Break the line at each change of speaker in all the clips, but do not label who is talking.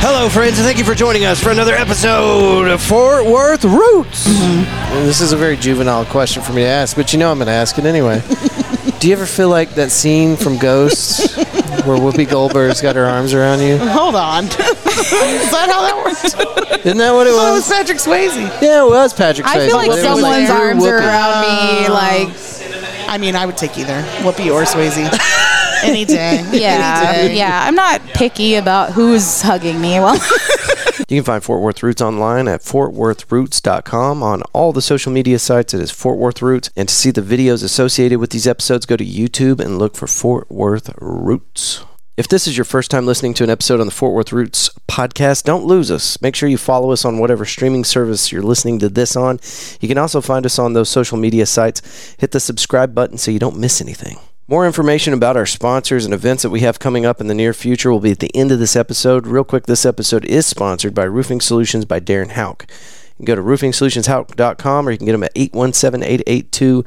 Hello, friends, and thank you for joining us for another episode of Fort Worth Roots. Mm-hmm. This is a very juvenile question for me to ask, but you know I'm going to ask it anyway. Do you ever feel like that scene from Ghosts where Whoopi Goldberg's got her arms around you?
Hold on. Is that how that works?
Isn't that what it
Oh,
was?
it's Patrick Swayze.
Yeah, it was Patrick
I
Swayze,
feel like
but it was
someone's
pure
arms are
Whoopi.
around
Oh.
me. Like,
Um, I mean, I would take either Whoopi or Swayze any day.
yeah,
Any day.
yeah. I'm not picky about who's hugging me. Well,
You can find Fort Worth Roots online at fortworthroots.com. On all the social media sites, it is Fort Worth Roots. And to see the videos associated with these episodes, go to YouTube and look for Fort Worth Roots. If this is your first time listening to an episode on the Fort Worth Roots podcast, don't lose us. Make sure you follow us on whatever streaming service you're listening to this on. You can also find us on those social media sites. Hit the subscribe button so you don't miss anything. More information about our sponsors and events that we have coming up in the near future will be at the end of this episode. Real quick, this episode is sponsored by Roofing Solutions by Darren Hauk. You can go to roofingsolutionshauk.com or you can get them at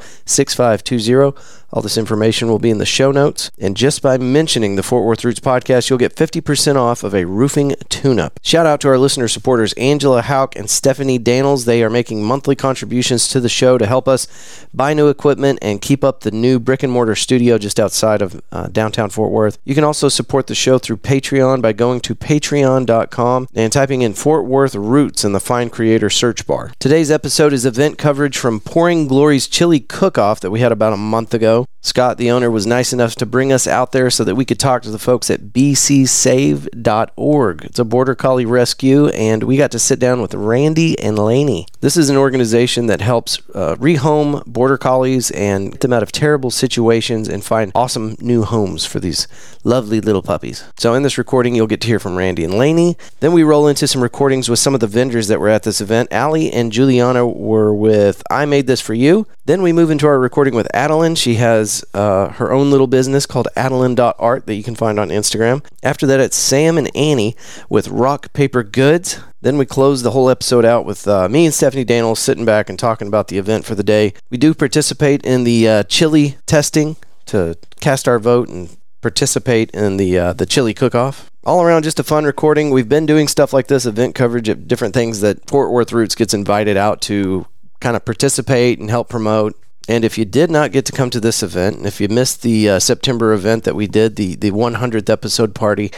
817-882-6520. All this information will be in the show notes. And just by mentioning the Fort Worth Roots podcast, you'll get 50% off of a roofing tune-up. Shout out to our listener supporters, Angela Hauk and Stephanie Danels. They are making monthly contributions to the show to help us buy new equipment and keep up the new brick and mortar studio just outside of uh, downtown Fort Worth. You can also support the show through Patreon by going to patreon.com and typing in Fort Worth Roots in the Find Creator search bar. Today's episode is event coverage from Pouring Glory's Chili Cook Off that we had about a month ago. Scott, the owner, was nice enough to bring us out there so that we could talk to the folks at bcsave.org. It's a border collie rescue, and we got to sit down with Randy and Laney. This is an organization that helps uh, rehome border collies and get them out of terrible situations and find awesome new homes for these lovely little puppies. So, in this recording, you'll get to hear from Randy and Laney. Then we roll into some recordings with some of the vendors that were at this event. Allie and Juliana were with I Made This For You. Then we move into our recording with Adeline. She has uh, her own little business called Adeline.art that you can find on Instagram. After that, it's Sam and Annie with Rock Paper Goods. Then we close the whole episode out with uh, me and Stephanie Daniel sitting back and talking about the event for the day. We do participate in the uh, chili testing to cast our vote and participate in the uh, the chili cook-off. All around, just a fun recording. We've been doing stuff like this, event coverage of different things that Fort Worth Roots gets invited out to kind of participate and help promote. And if you did not get to come to this event, and if you missed the uh, September event that we did, the, the 100th episode party,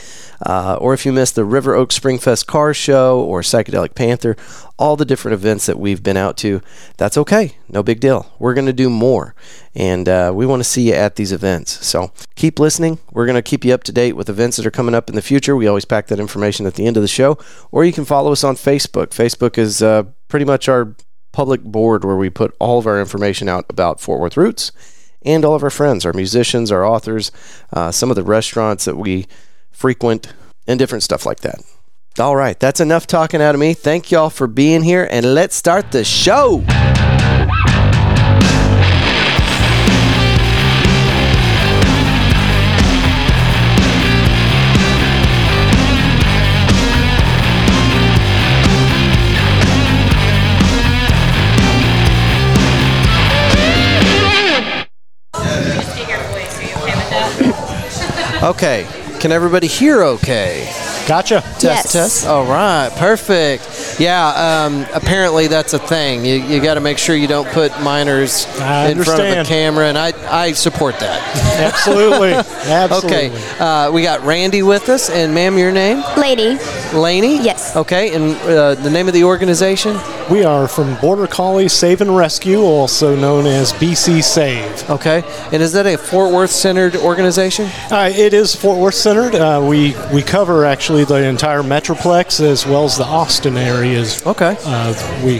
uh, or if you missed the River Oaks Springfest Car Show or Psychedelic Panther, all the different events that we've been out to, that's okay. No big deal. We're going to do more. And uh, we want to see you at these events. So keep listening. We're going to keep you up to date with events that are coming up in the future. We always pack that information at the end of the show. Or you can follow us on Facebook. Facebook is uh, pretty much our public board where we put all of our information out about Fort Worth Roots and all of our friends, our musicians, our authors, uh, some of the restaurants that we frequent, and different stuff like that. All right, that's enough talking out of me. Thank y'all for being here, and let's start the show. Okay, can everybody hear okay?
Gotcha.
Test,
Yes.
test. All right, perfect. Yeah, um, apparently that's a thing. You, you got to make sure you don't put minors
I
in front of the
understand.
camera, and I, I support that.
Absolutely. Absolutely.
Okay, uh, we got Randy with us, and ma'am, your name?
Lady,
Laney?
Yes.
Okay, and uh, the name of the organization?
We are from Border Collie Save and Rescue, also known as BC Save.
Okay, and is that a Fort Worth centered organization?
Uh, it is Fort Worth centered. Uh, we we cover actually the entire metroplex as well as the Austin areas.
Okay.
Uh, we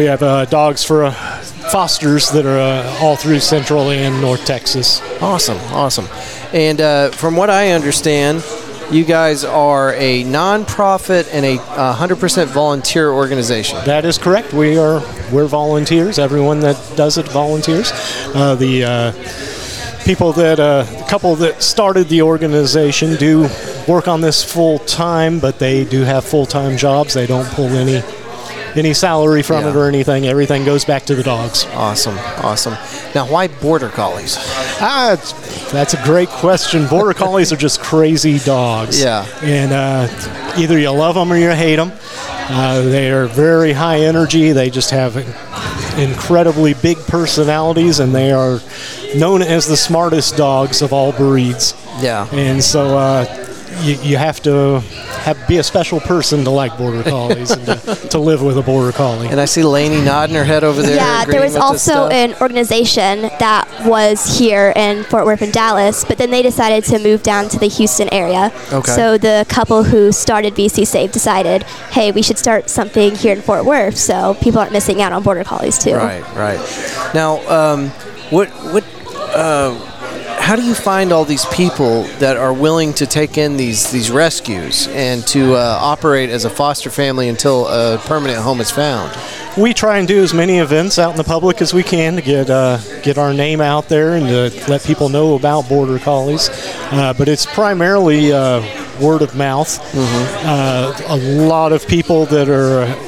we have uh, dogs for uh, fosters that are uh, all through Central and North Texas.
Awesome, awesome. And uh, from what I understand, you guys are a nonprofit and a uh, 100% volunteer organization.
That is correct. We are we're volunteers. Everyone that does it volunteers. Uh, the uh, people that uh, the couple that started the organization do work on this full time, but they do have full time jobs. They don't pull any any salary from it
Yeah.
or anything. Everything goes back to the dogs.
Awesome, awesome.
Now, why border collies?
Ah, it's- that's a great question. Border collies are just crazy dogs.
Yeah.
And uh, either you love them or you hate them. Uh, they are very high energy. They just have incredibly big personalities, and they are known as the smartest dogs of all breeds.
Yeah.
And so uh, you, you have to have, be a special person to like border collies and to, to live with a border collie.
And I see Lainey nodding her head over there.
Yeah, there
agreeing
was
with this
also
stuff.
an organization that was here in Fort Worth and Dallas, but then they decided to move down to the Houston area.
Okay.
So the couple who started VC Save decided, hey, we should start something here in Fort Worth so people aren't missing out on border collies too.
Right, right. Now, um, what, what, uh, how do you find all these people that are willing to take in these these rescues and to uh, operate as a foster family until a permanent home is found?
we try and do as many events out in the public as we can to get uh, get our name out there and to let people know about border collies. Uh, but it's primarily uh, word of mouth. Uh, a lot of people that are uh,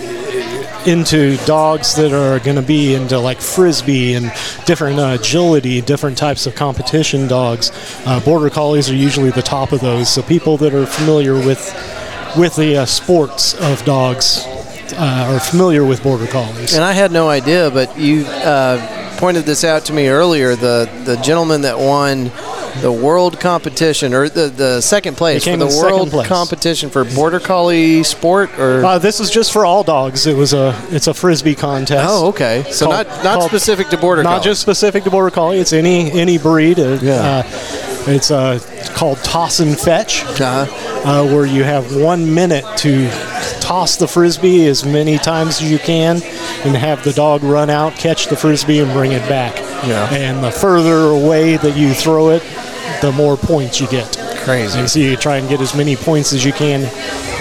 into dogs that are going to be into like frisbee and different uh, agility, different types of competition dogs. Uh, border collies are usually the top of those. So people that are familiar with with the uh, sports of dogs uh, are familiar with border collies.
And I had no idea, but you uh, pointed this out to me earlier. The the gentleman that won the world competition or the, the second place for
He came
the
in second
world
place.
competition for border collie sport or
Uh, this is just for all dogs. It was a it's a frisbee contest.
oh okay so
Called-
not not
called-
specific to border
Not
collie.
just specific to border collie. It's any any breed. Uh,
Yeah.
uh, it's uh, called toss and fetch,
Uh-huh.
uh, where you have one minute to toss the frisbee as many times as you can, and have the dog run out, catch the frisbee, and bring it back.
Yeah.
And the further away that you throw it, the more points you get.
Crazy.
And so you try and get as many points as you can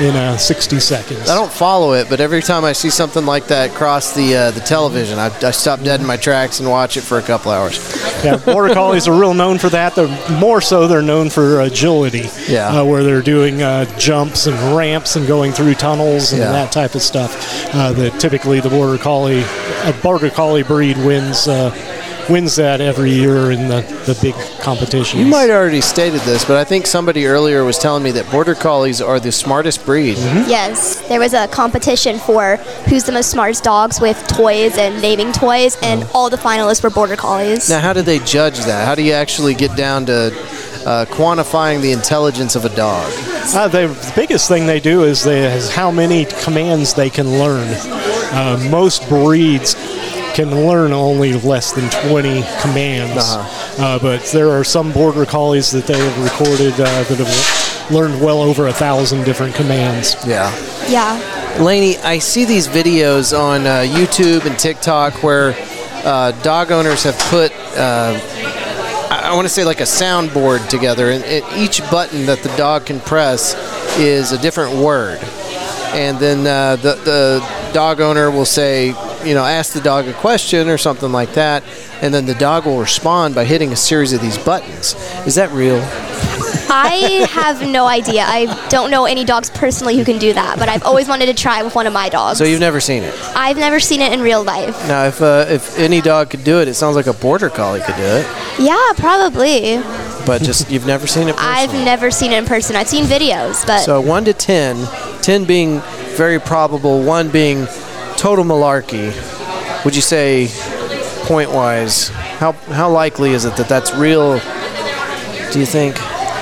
in uh, 60 seconds.
I don't follow it, but every time I see something like that cross the uh, the television, I, I stop dead in my tracks and watch it for a couple hours.
yeah, border collies are real known for that. They're more so they're known for agility.
Yeah.
uh, where they're doing uh, jumps and ramps and going through tunnels and
Yeah.
that type of stuff. Uh, that typically the border collie, a border collie breed wins. Uh, Wins that every year in the, the big competitions.
You might have already stated this, but I think somebody earlier was telling me that border collies are the smartest breed.
Mm-hmm.
Yes, there was a competition for who's the most smartest dogs with toys and naming toys, and
Oh.
all the finalists were border collies.
Now, how do they judge that? How do you actually get down to uh, quantifying the intelligence of a dog?
Uh, they, the biggest thing they do is, they, is how many commands they can learn. Uh, most breeds can learn only less than 20 commands, uh but there are some border collies that they have recorded uh, that have learned well over a thousand different commands.
Yeah.
Yeah.
Lainey, I see these videos on uh, YouTube and TikTok where uh, dog owners have put, uh, I, I want to say, like a soundboard together, and, and each button that the dog can press is a different word. And then uh, the, the dog owner will say, you know, ask the dog a question or something like that, and then the dog will respond by hitting a series of these buttons. Is that real?
I have no idea. I don't know any dogs personally who can do that, but I've always wanted to try with one of my dogs.
So you've never seen it.
I've never seen it in real life.
Now, if uh, if any dog could do it, it sounds like a border collie could do it.
Yeah, probably.
but just you've never seen it
I've
personally.
never seen it in person. I've seen videos, but
so 1 to 10 10 being very probable 1 being total malarkey would you say point wise how how likely is it that that's real do you think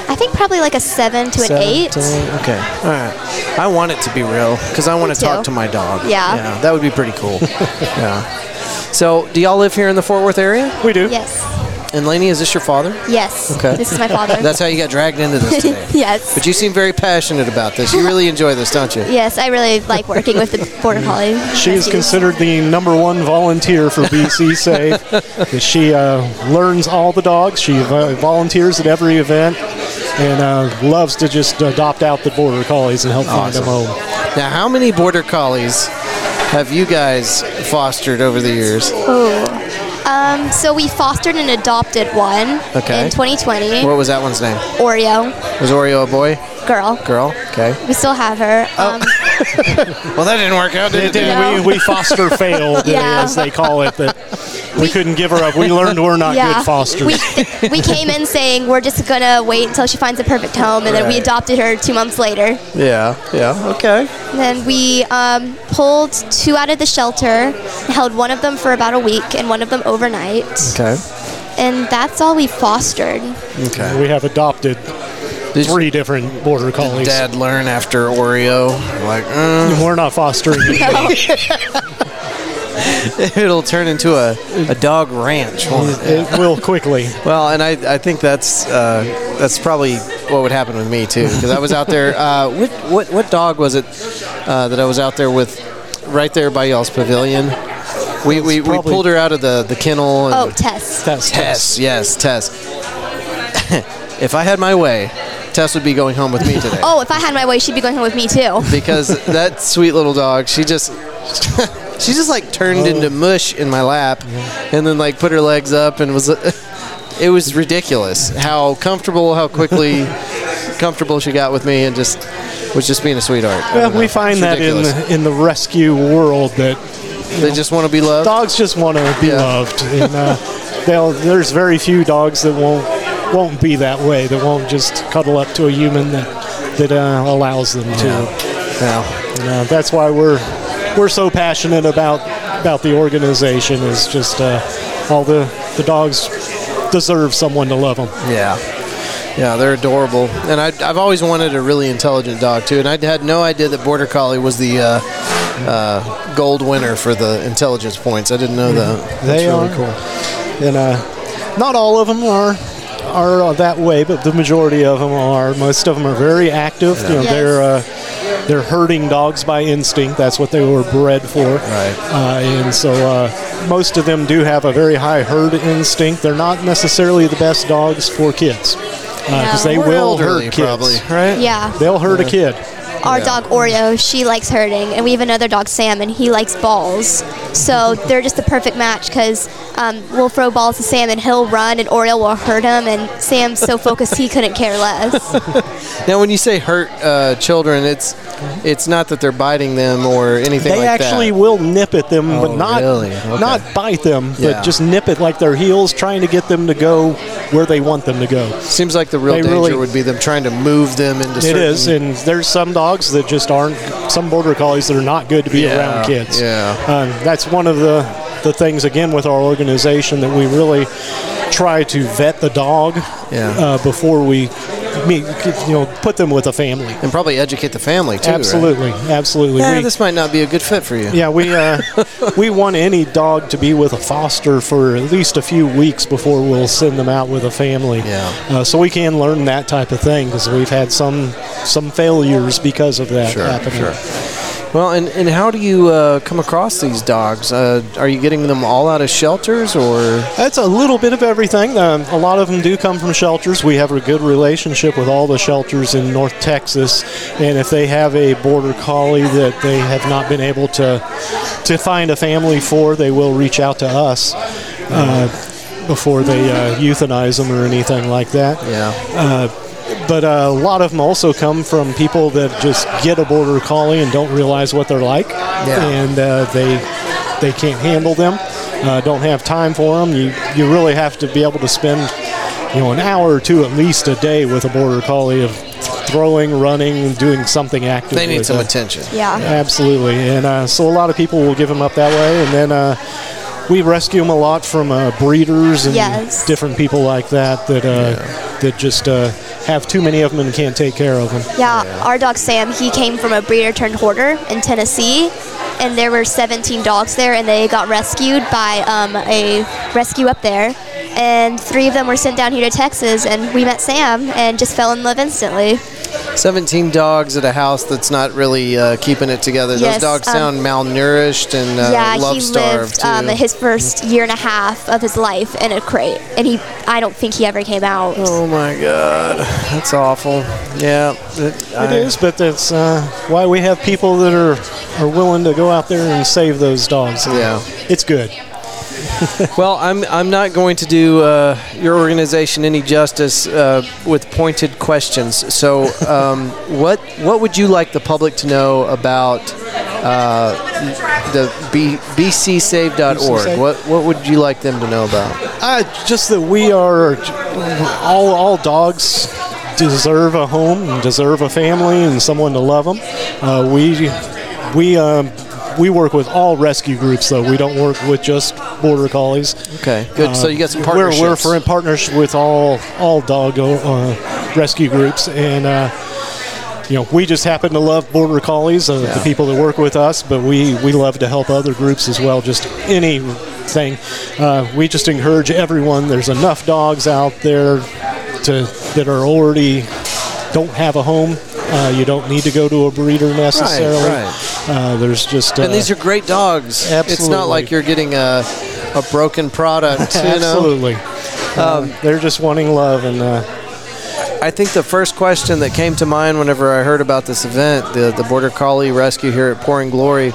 I think probably like a seven to
Seven
an eight.
to eight? okay all right i want it to be real because i want to
too.
talk to my dog
Yeah.
yeah that would be pretty cool yeah so do y'all live here in the fort worth area
We do.
Yes.
and laney is this your father
Yes.
Okay.
This is my father.
that's how you got dragged into this today
yes.
but you seem very passionate about this you really enjoy this don't you
Yes, I really like working with the
Mm.
border collie.
She is considered the number one volunteer for BC Save. 'Cause she uh, learns all the dogs. She vo- volunteers at every event and uh, loves to just adopt out the border collies and help find them home.
Now, how many border collies have you guys fostered over the years?
Um, so we fostered and adopted one
Okay.
in 2020.
What was that one's name?
Oreo
Was Oreo a boy?
girl.
Girl? Okay.
We still have her.
Oh.
Um,
Well, that didn't work out, did it?
didn't.
We, we foster failed,
Yeah.
as they call it. But We couldn't give her up. We learned we're not
Yeah.
good fosters.
We, we came in saying we're just gonna wait until she finds a perfect home, and then we
Right.
adopted her two months later.
Yeah, yeah, okay.
And then we um, pulled two out of the shelter, held one of them for about a week and one of them overnight,
Okay.
and that's all we fostered.
Okay.
we have adopted
Did
three different border collies.
dad learn after Oreo? Like, mm,
We're not fostering.
it'll turn into a, a dog ranch. won't it?
It will quickly.
Well, and I, I think that's uh, that's probably what would happen with me too, because I was out there. Uh, what, what what dog was it uh, that I was out there with? Right there by y'all's pavilion. We, we, we
probably-
pulled her out of the, the kennel. And
Oh, Tess.
That's
Tess, yes, Tess. if I had my way, Tess would be going home with me today.
Oh, if I had my way, she'd be going home with me too.
because that sweet little dog, she just she just like turned
Oh.
into mush in my lap, and then like put her legs up and was. It was ridiculous how comfortable, how quickly comfortable she got with me, and just was just being a sweetheart. I don't
Well,
know.
we
It's
find that in
ridiculous.
the, in the rescue world that
they just want to be loved.
dogs just want to be
Yeah.
loved, and uh, they'll, there's very few dogs that won't won't be that way. That won't just cuddle up to a human that that uh, allows them to.
Yeah.
And, uh, that's why we're we're so passionate about about the organization. Is just uh, all the the dogs deserve someone to love them.
Yeah. Yeah, they're adorable, and I, I've always wanted a really intelligent dog too. And I had no idea that Border Collie was the uh, uh, gold winner for the intelligence points. I didn't know that.
They are cool. And uh, not all of them are are uh, that way, but the majority of them are. Most of them are very active. You know,
Yes.
they're uh, they're herding dogs by instinct. That's what they were bred for.
Right.
Uh, and so uh, most of them do have a very high herd instinct. They're not necessarily the best dogs for kids because
No.
they
We're
will
elderly,
hurt kids.
probably, right?
Yeah.
They'll hurt a kid.
Our dog Oreo, she likes herding, and we have another dog Sam, and he likes balls. So they're just the perfect match because um, we'll throw balls to Sam, and he'll run, and Oreo will hurt him, and Sam's so focused he couldn't care less.
Now, when you say hurt uh, children, it's it's not that they're biting them or anything
They
like
actually
that.
will nip at them,
Oh,
but not
really? Okay.
not bite them,
Yeah.
but just nip at like their heels, trying to get them to go where they want them to go.
Seems like the real
they
danger
really-
would be them trying to move them into.
It
certain,
is, and there's some dogs that just aren't. Some border collies that are not good to be
Yeah,
around kids.
yeah.
um, that's one of the the things again with our organization that we really try to vet the dog
Yeah.
uh, before we meet, you know put them with a family.
and probably educate the family too. right?
absolutely, absolutely.
Eh,
We-
this might not be a good fit for you.
Yeah, we uh, we want any dog to be with a foster for at least a few weeks before we'll send them out with a family.
Yeah.
Uh, so we can learn that type of thing because we've had some some failures because of that
Sure,
happening.
sure. Well, and, and how do you uh, come across these dogs? Uh, are you getting them all out of shelters or?
That's a little bit of everything. Um, a lot of them do come from shelters. We have a good relationship with all the shelters in North Texas, and if they have a border collie that they have not been able to to find a family for, they will reach out to us uh, before they uh, euthanize them or anything like that.
Yeah.
Uh, but uh, a lot of them also come from people that just get a border collie and don't realize what they're like, and uh, they they can't handle them, uh, don't have time for them. You you really have to be able to spend you know an hour or two at least a day with a border collie of throwing, running, doing something active.
They need
with
some
them.
attention.
Yeah.
Absolutely, and uh, so a lot of people will give them up that way, and then uh, we rescue them a lot from uh, breeders and
Yes.
different people like that that uh, that just uh, have too many of them and can't take care of them.
Yeah, our dog Sam, he came from a breeder turned hoarder in Tennessee, and there were 17 dogs there, and they got rescued by um, a rescue up there. And three of them were sent down here to Texas, and we met Sam and just fell in love instantly.
Seventeen dogs at a house that's not really uh, keeping it together. Those
Yes,
dogs
um,
sound malnourished and uh,
yeah,
love
he lived
starved
um,
too.
his first year and a half of his life in a crate, and he I don't think he ever came out.
Oh my God, that's awful. Yeah, it,
It is, but that's uh, why we have people that are are willing to go out there and save those dogs.
Yeah.
it's good.
Well, I'm I'm not going to do uh, your organization any justice uh, with pointed questions. So, um, what what would you like the public to know about the B- bcsave.org. What what would you like them to know about?
Uh, just that we are all all dogs deserve a home and deserve a family and someone to love them. Uh, we we um, we work with all rescue groups though. We don't work with just border collies.
Okay, good. so you got some partnerships.
We're, we're for in partnership with all all dog uh, rescue groups, and uh, you know we just happen to love border collies, uh, the people that work with us. But we we love to help other groups as well. Just anything. Uh, we just encourage everyone. There's enough dogs out there to that are already don't have a home. Uh, you don't need to go to a breeder necessarily.
right.
Uh, there's just uh,
and these are great dogs. It's
Absolutely.
not like you're getting a a broken product. You know? Um,
absolutely. Uh, they're just wanting love and. Uh,
I think the first question that came to mind whenever I heard about this event, the the border collie rescue here at Pouring Glory,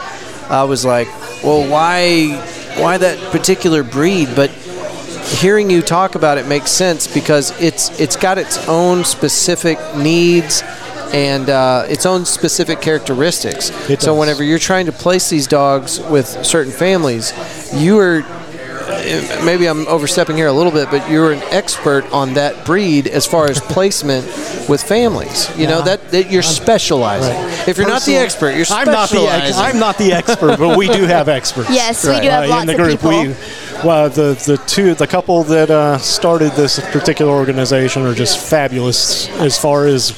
I was like, well, why why that particular breed? But hearing you talk about it makes sense because it's it's got its own specific needs and uh, its own specific characteristics.
It
so
does.
whenever you're trying to place these dogs with certain families, you are Uh, maybe I'm overstepping here a little bit, but you're an expert on that breed as far as placement with families. You know that, that you're specializing.
Right.
If you're not the
Personal-
expert, you're
I'm not the ex-
specializing.
I'm not the expert, but we do have experts. Uh,
Yes, we do have
in
lots
the
of
group.
people.
We, well, the the two the couple that uh, started this particular organization are just fabulous as far as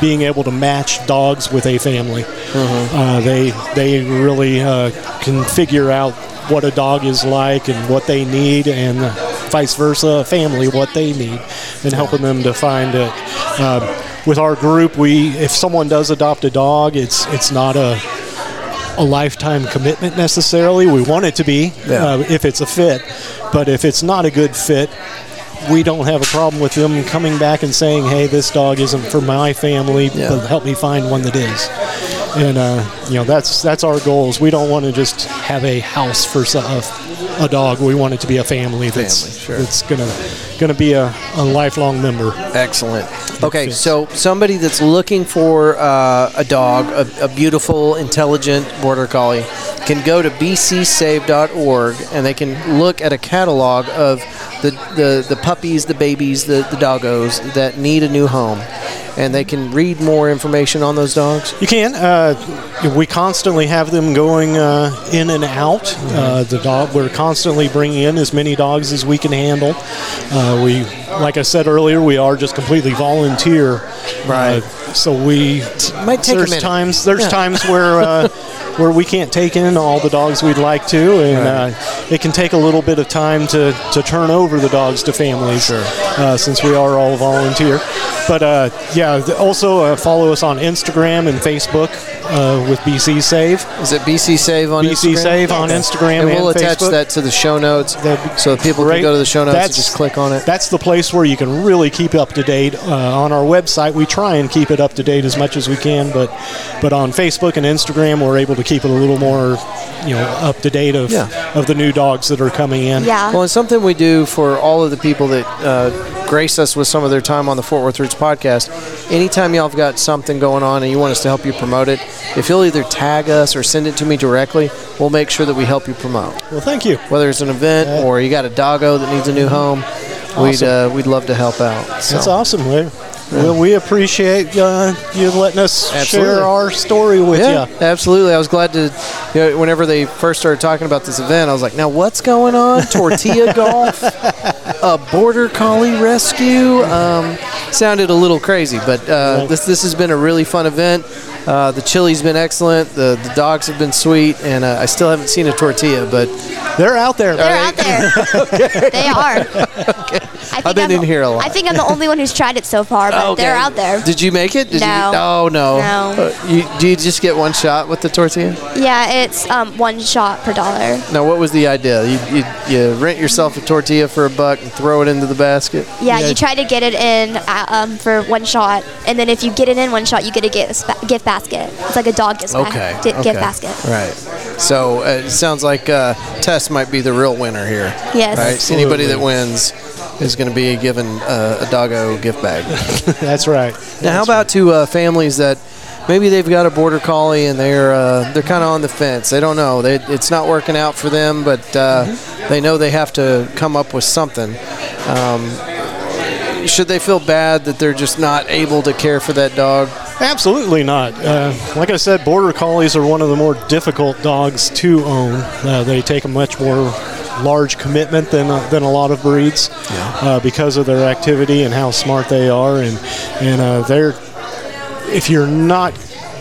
being able to match dogs with a family.
Mm-hmm.
Uh, they they really uh, can figure out what a dog is like and what they need and. Vice versa, a family what they need, and helping them to find it. Um, with our group, we if someone does adopt a dog, it's it's not a a lifetime commitment necessarily. We want it to be
Yeah.
uh, if it's a fit, but if it's not a good fit, we don't have a problem with them coming back and saying, "Hey, this dog isn't for my family,
Yeah.
but help me find one that is." And uh, you know, that's that's our goals. We don't want to just have a house for so- a, a dog. We want it to be a family that's
Family, sure.
that's gonna gonna be a, a lifelong member.
Excellent. Okay,
fits.
so somebody that's looking for uh, a dog, a, a beautiful, intelligent border collie, can go to bcsave.org and they can look at a catalog of the, the, the puppies, the babies, the, the doggos that need a new home. And they can read more information on those dogs.
You can. Uh, we constantly have them going uh, in and out.
Mm-hmm.
Uh, the dog. We're constantly bringing in as many dogs as we can handle. Uh, we, like I said earlier, we are just completely volunteer.
Right.
Uh, so we.
might take a
there's
minute.
times. There's
Yeah.
times where. Uh, Where we can't take in all the dogs we'd like to, and uh, it can take a little bit of time to, to turn over the dogs to families uh, since we are all volunteer. But uh, yeah, th- also uh, follow us on Instagram and Facebook uh, with BC Save.
Is it BC Save on
BC
Instagram?
Save on Instagram
and we'll
and
attach
Facebook.
that to the show notes,
That'd be
so that people
great.
can go to the show notes and
That's-
just click on it.
That's the place where you can really keep up to date. Uh, on our website, we try and keep it up to date as much as we can, but but on Facebook and Instagram, we're able to keep it a little more, you know, up to date of
Yeah.
of the new dogs that are coming in.
Yeah.
Well, it's something we do for all of the people that uh, grace us with some of their time on the Fort Worth Roots podcast. Anytime y'all have got something going on and you want us to help you promote it, if you'll either tag us or send it to me directly, we'll make sure that we help you promote.
Well, thank you.
Whether it's an event or you got a doggo that needs a new home, we'd uh, we'd love to help out. So.
That's awesome. We, well, we appreciate uh, you letting us
Absolutely.
share our story with
Yeah,
you.
absolutely. I was glad to. You know, whenever they first started talking about this event, I was like, "Now what's going on? Tortilla golf, a border collie rescue." Um, sounded a little crazy, but uh, this this has been a really fun event. Uh, the chili's been excellent. The the dogs have been sweet, and uh, I still haven't seen a tortilla, but
They're out there.
They're out there. They are. I think
I've been
I'm-
in here a lot.
I think I'm the only one who's tried it so far, but
Okay.
they're out there.
Did you make it? Did You,
No.
oh no.
No.
Uh, you, do you just get one shot with the tortilla?
Yeah, it's um, one shot per dollar.
Now, what was the idea? You, you, you rent yourself a tortilla for a buck and throw it into the basket.
Yeah,
Yeah.
you try to get it in uh, um, for one shot, and then if you get it in one shot, you get a gift, ba- gift basket. It's like a dog gift, ba-
Okay.
di-
okay.
gift basket.
Right. So uh, it sounds like uh, Tess might be the real winner here.
Yes.
Right?
Absolutely.
Anybody that wins is going to be given uh, a doggo gift bag.
That's right.
now, how about to uh, families that maybe they've got a border collie and they're uh, they're kind of on the fence. They don't know. They, it's not working out for them, but uh,
Mm-hmm.
they know they have to come up with something. Um, should they feel bad that they're just not able to care for that dog?
Absolutely not. Uh, like I said, border collies are one of the more difficult dogs to own. Uh, they take a much more large commitment than uh, than a lot of breeds uh, because of their activity and how smart they are, and and uh, they're if you're not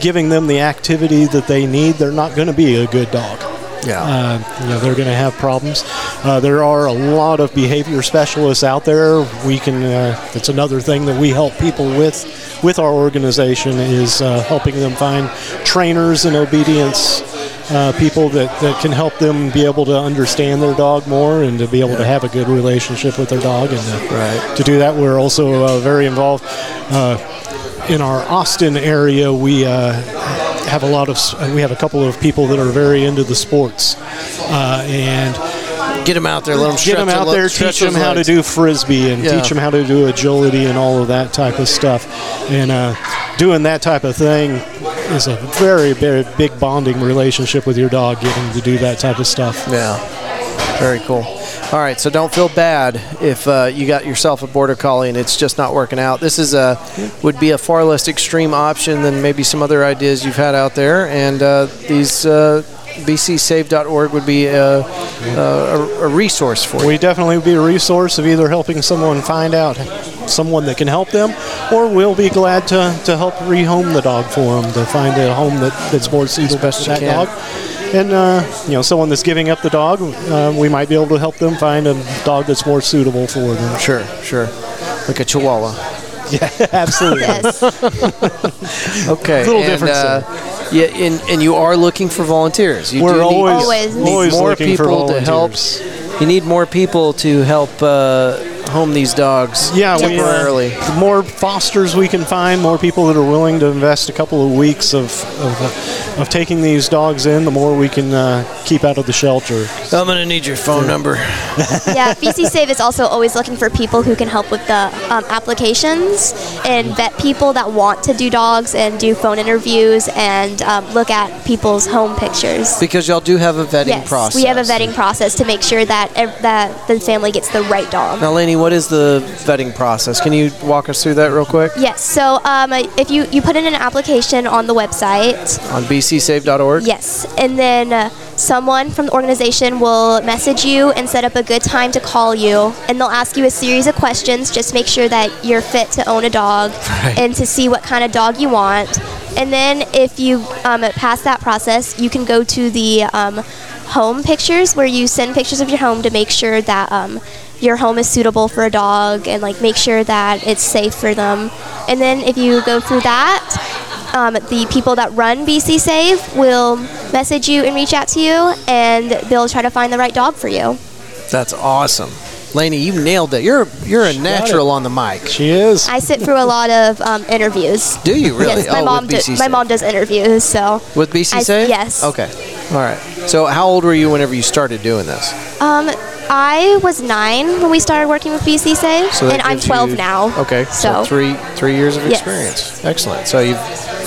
giving them the activity that they need, they're not going to be a good dog.
Yeah.
Uh, you know, they're going to have problems. Uh, there are a lot of behavior specialists out there. We can. Uh, it's another thing that we help people with, with our organization is uh, helping them find trainers and obedience uh, people that, that can help them be able to understand their dog more and to be able to have a good relationship with their dog. And to,
Right.
to do that, we're also uh, very involved. Uh, in our Austin area, we uh, have a lot of we have a couple of people that are very into the sports, uh, and
Get them out there. Let them
get them out there, teach them how to do frisbee, and
Yeah.
teach them how to do agility and all of that type of stuff. And uh, doing that type of thing is a very very big bonding relationship with your dog. Getting to do that type of stuff.
Yeah. Very cool. All right, so don't feel bad if uh, you got yourself a border collie and it's just not working out. This is a would be a far less extreme option than maybe some other ideas you've had out there, and uh, these uh, bcsave.org would be a, a, a resource for you.
We definitely would be a resource of either helping someone find out someone that can help them, or we'll be glad to, to help rehome the dog for them to find a home that, that's more suitable
best
for
you
that
can.
dog. And uh, you know, someone that's giving up the dog, uh, we might be able to help them find a dog that's more suitable for them.
Sure, sure. Like a chihuahua.
Yeah, absolutely.
Yes.
Okay.
Little
and,
difference
uh, yeah, and, and you are looking for volunteers. You do
We're
need-
always
Always.
need
always
more
looking for
people to help.
volunteers.
You need more people to help uh, home these dogs
Yeah, we,
temporarily.
uh, the more fosters we can find, more people that are willing to invest a couple of weeks of of, uh, of taking these dogs in, the more we can uh, keep out of the shelter.
I'm gonna need your phone number.
yeah, BC Save is also always looking for people who can help with the um, applications and vet people that want to do dogs and do phone interviews and um, look at people's home pictures.
Because y'all do have a vetting
Yes,
process.
we have a vetting process to make sure that ev- that the family gets the right dog.
Now, Lainey, what is the vetting process? Can you walk us through that real quick
Yes, so um, if you, you put in an application on the website,
on bcsave.org?
Yes, and then uh, someone from the organization will message you and set up a good time to call you, and they'll ask you a series of questions. Just make sure that you're fit to own a dog
Right.
and to see what kind of dog you want. And then if you um, pass that process, you can go to the um, home pictures where you send pictures of your home to make sure that. Um, your home is suitable for a dog and like make sure that it's safe for them. And then if you go through that, um, the people that run BC Save will message you and reach out to you, and they'll try to find the right dog for you.
That's awesome. Lainey, you nailed it. You're you're a natural on the mic.
She is.
I sit through a lot of um, interviews.
Do you really?
Yes, my
oh,
mom.
with
Do,
BC
my mom does interviews, so
With BC
I-
Save?
yes.
Okay. All right. So, how old were you whenever you started doing this?
um, I was nine when we started working with BC Save,
So that
and I'm
gives
12
you-
now.
Okay,
so,
so, three three years of
Yes.
experience. Excellent. So you've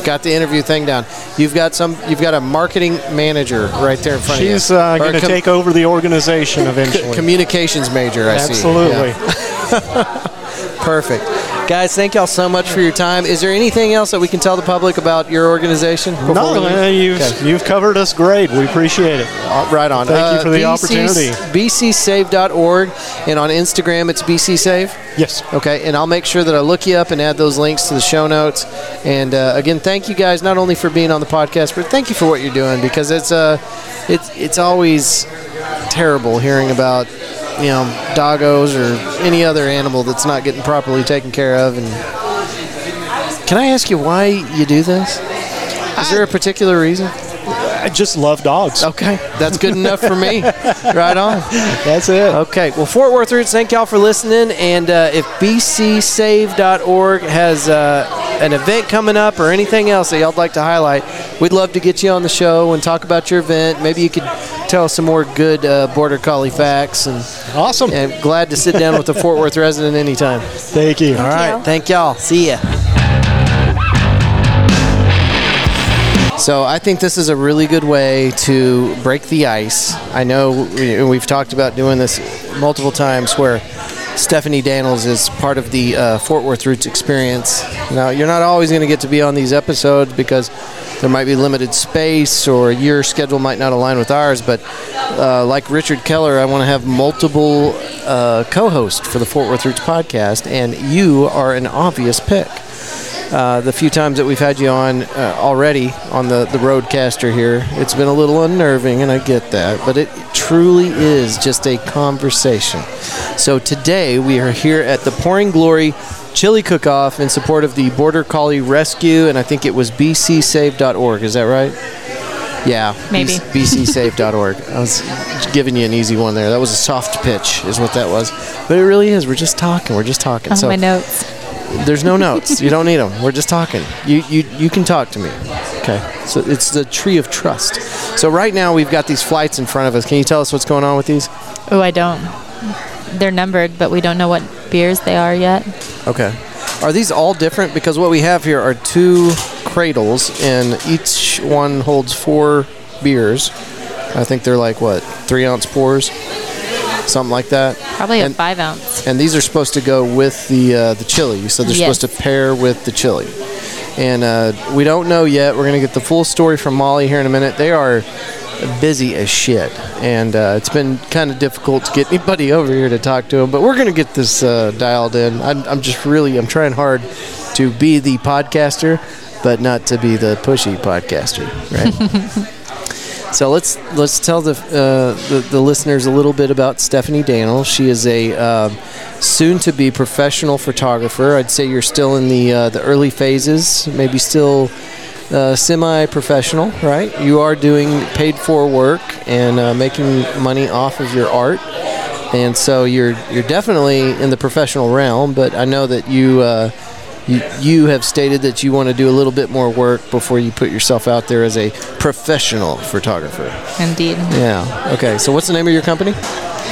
got the interview thing down. You've got some. You've got a marketing manager right there in front
She's
of you.
uh,
Or a
going to
com-
take over the organization
c-
eventually.
communications major. I see.
Absolutely.
Yeah. Perfect. Guys, thank y'all so much for your time. Is there anything else that we can tell the public about your organization? before we
No,
leave?
uh, you've,
Okay.
you've covered us great. We appreciate it.
Uh, Right on.
Thank you for the
Uh, BC's BCSave.org and on Instagram it's BCSave.
Yes.
Okay, and I'll make sure that I look you up and add those links to the show notes. And uh, again, thank you guys not only for being on the podcast, but thank you for what you're doing because it's uh, it's it's always terrible hearing about you know doggos or any other animal that's not getting properly taken care of. And can I ask you why you do this? Is there a particular reason?
I just love dogs.
Okay, that's good enough for me. Right on.
That's it.
Okay. Well, Fort Worth Roots, thank y'all for listening. And uh, if bcsave.org has uh, an event coming up or anything else that y'all'd like to highlight, we'd love to get you on the show and talk about your event. Maybe you could tell us some more good uh, border collie facts. And
Awesome.
and glad to sit down with a Fort Worth resident anytime.
Thank you.
All right.
you.
Thank y'all. See ya. So I think this is a really good way to break the ice. I know we- we've talked about doing this multiple times where Stephanie Daniels is part of the uh, Fort Worth Roots experience. Now, you're not always going to get to be on these episodes because there might be limited space or your schedule might not align with ours, but uh, like Richard Keller, I want to have multiple uh, co hosts for the Fort Worth Roots podcast, and you are an obvious pick uh, the few times that we've had you on uh, already on the, the roadcaster here, it's been a little unnerving, and I get that, but it truly is just a conversation. So today we are here at the Pouring Glory Chili Cook Off in support of the Border Collie Rescue, and I think it was bcsave.org. Is that right? Yeah,
Maybe.
bcsave.org. I was giving you an easy one there. That was a soft pitch, is what that was. But it really is. We're just talking. We're just talking.
Oh,
so
my notes.
there's no notes. You don't need them. We're just talking. You, you, you can talk to me. Okay. So it's the tree of trust. So right now we've got these flights in front of us. Can you tell us what's going on with these?
Oh, I don't. They're numbered, but we don't know what beers they are yet.
Okay. Are these all different? Because what we have here are two cradles, and each one holds four beers. I think they're like what three ounce pours, something like that.
Probably a
And-
five ounce.
and these are supposed to go with the uh, the chili. So they're
Yes.
supposed to pair with the chili. And uh, we don't know yet. We're gonna get the full story from Molly here in a minute. They are busy as shit, and uh, it's been kind of difficult to get anybody over here to talk to them. But we're gonna get this uh, dialed in. I'm, I'm just really I'm trying hard to be the podcaster, but not to be the pushy podcaster, right? So let's let's tell the, uh, the the listeners a little bit about Stephanie Daniel. She is a um soon-to-be professional photographer. I'd say you're still in the uh, the early phases, maybe still uh, semi-professional, right? You are doing paid-for work and uh, making money off of your art, and so you're you're definitely in the professional realm. But I know that you. Uh, you, you have stated that you want to do a little bit more work before you put yourself out there as a professional photographer.
Indeed.
Yeah. Okay. So what's the name of your company?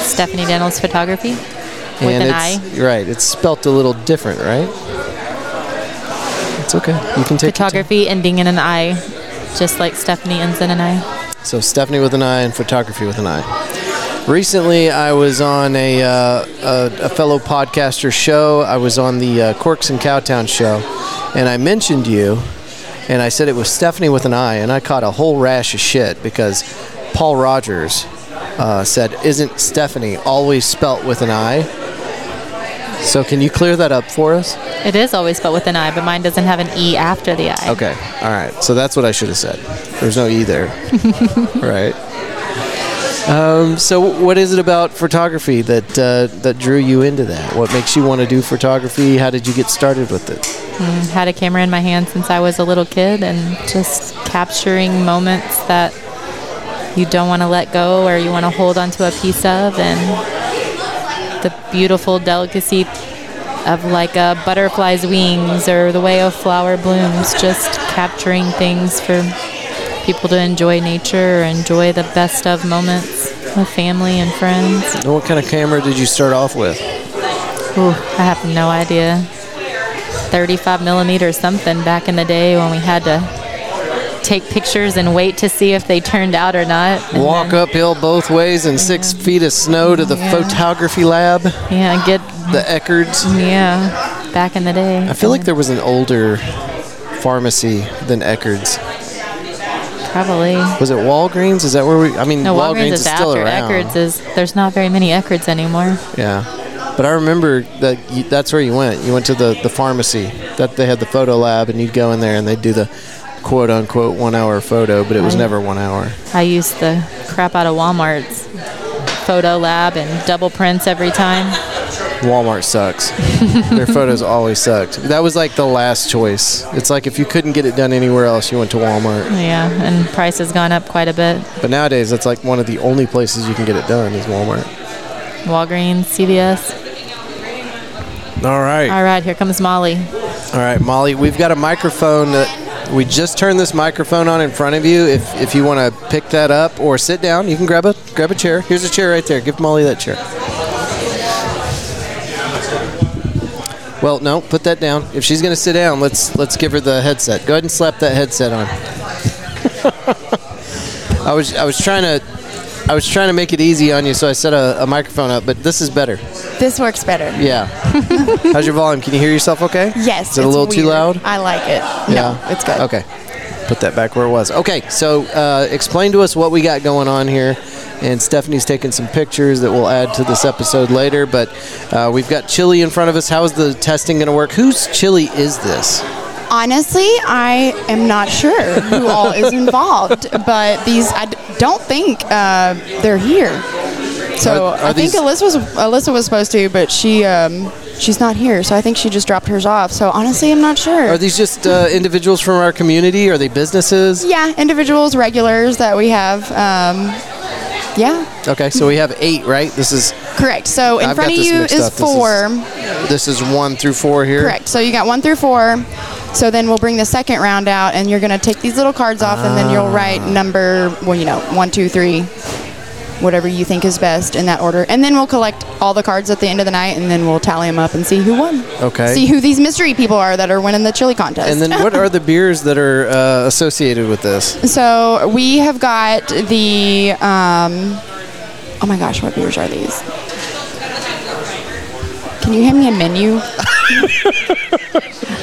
Stephanie Daniels Photography. With
and
an
it's right. It's spelt a little different, right? It's okay. You can take your time.
Photography ending in an I, just like Stephanie ends in an I.
So Stephanie with an eye and photography with an eye. Recently, I was on a, uh, a, a fellow podcaster show. I was on the uh, Corks and Cowtown show, and I mentioned you, and I said it was Stephanie with an eye, and I caught a whole rash of shit because Paul Rogers uh, said, "Isn't Stephanie always spelt with an I?" So can you clear that up for us?
It is always spelled with an I, but mine doesn't have an E after the I.
Okay. All right. So that's what I should have said. There's no E there. right. Um, so what is it about photography that uh, that drew you into that? What makes you want to do photography? How did you get started with it?
Mm, Had a camera in my hand since I was a little kid and just capturing moments that you don't want to let go or you want to hold onto a piece of and the beautiful delicacy of like a butterfly's wings or the way a flower blooms, just capturing things for people to enjoy nature or enjoy the best of moments with family and friends.
And what kind of camera did you start off with?
Ooh, I have no idea. 35 millimeter something back in the day when we had to take pictures and wait to see if they turned out or not. And
Walk
then-
uphill both ways in six feet of snow to the
Uh-huh. Yeah.
photography lab,
Yeah, get.
the Eckards.
Yeah, back in the day.
I feel like there was an older pharmacy than Eckards.
probably.
Was it Walgreens? Is that where we? I mean,
No,
Walgreens, is, still
after
around.
Eckerd's. Is there's not very many Eckerd's anymore.
Yeah, but I remember that you, that's where you went. You went to the, the pharmacy that they had the photo lab, and you'd go in there and they'd do the quote unquote one hour photo, but it was
Right.
never one hour.
I used the crap out of Walmart's photo lab and double prints every time.
Walmart sucks. Their photos always sucked. That was like the last choice. It's like if you couldn't get it done anywhere else, you went to Walmart.
Yeah, and price has gone up quite a bit.
But nowadays, that's like one of the only places you can get it done is Walmart.
Walgreens, CVS.
All right.
All right, here comes Molly.
All right, Molly, we've got a microphone that we just turned this microphone on in front of you. If if you want to pick that up or sit down, you can grab a grab a chair. Here's a chair right there. Give Molly that chair. Well, no, put that down. If she's going to sit down, let's let's give her the headset. Go ahead and slap that headset on. I was I was trying to I was trying to make it easy on you, so I set a, a microphone up. But this is better.
This works better.
Yeah. How's your volume? Can you hear yourself? Okay.
Yes.
Is it a
it's
little too
weird.
loud?
I like it. No, it's good.
Okay. Put that back where it was. Okay. So uh, explain to us what we got going on here. And Stephanie's taking some pictures that we'll add to this episode later. But uh, we've got chili in front of us. How is the testing going to work? Whose chili is this?
Honestly, I am not sure who all is involved, but these I d- don't think uh, they're here. So
Are- are
I think
these-
Alyssa was Alyssa was supposed to, but she um, she's not here. So I think she just dropped hers off. So honestly, I'm not sure.
Are these just uh, individuals from our community? Are they businesses?
yeah, individuals, regulars that we have. Um, yeah,
Okay. So we have eight, right? This is
correct. So in
I've
front
got
of
this
you
mixed
is
up. This is-
four.
this is one through four here.
Correct. So you got one through four. So then we'll bring the second round out, and you're going to take these little cards off, and then
Ah.
you'll write number, well, you know, one, two, three, whatever you think is best in that order. And then we'll collect all the cards at the end of the night, and then we'll tally them up and see who won.
Okay.
See who these mystery people are that are winning the chili contest.
And then what are the beers that are uh, associated with this?
so we have got the, um, oh my gosh, what beers are these? Can you hand me a menu?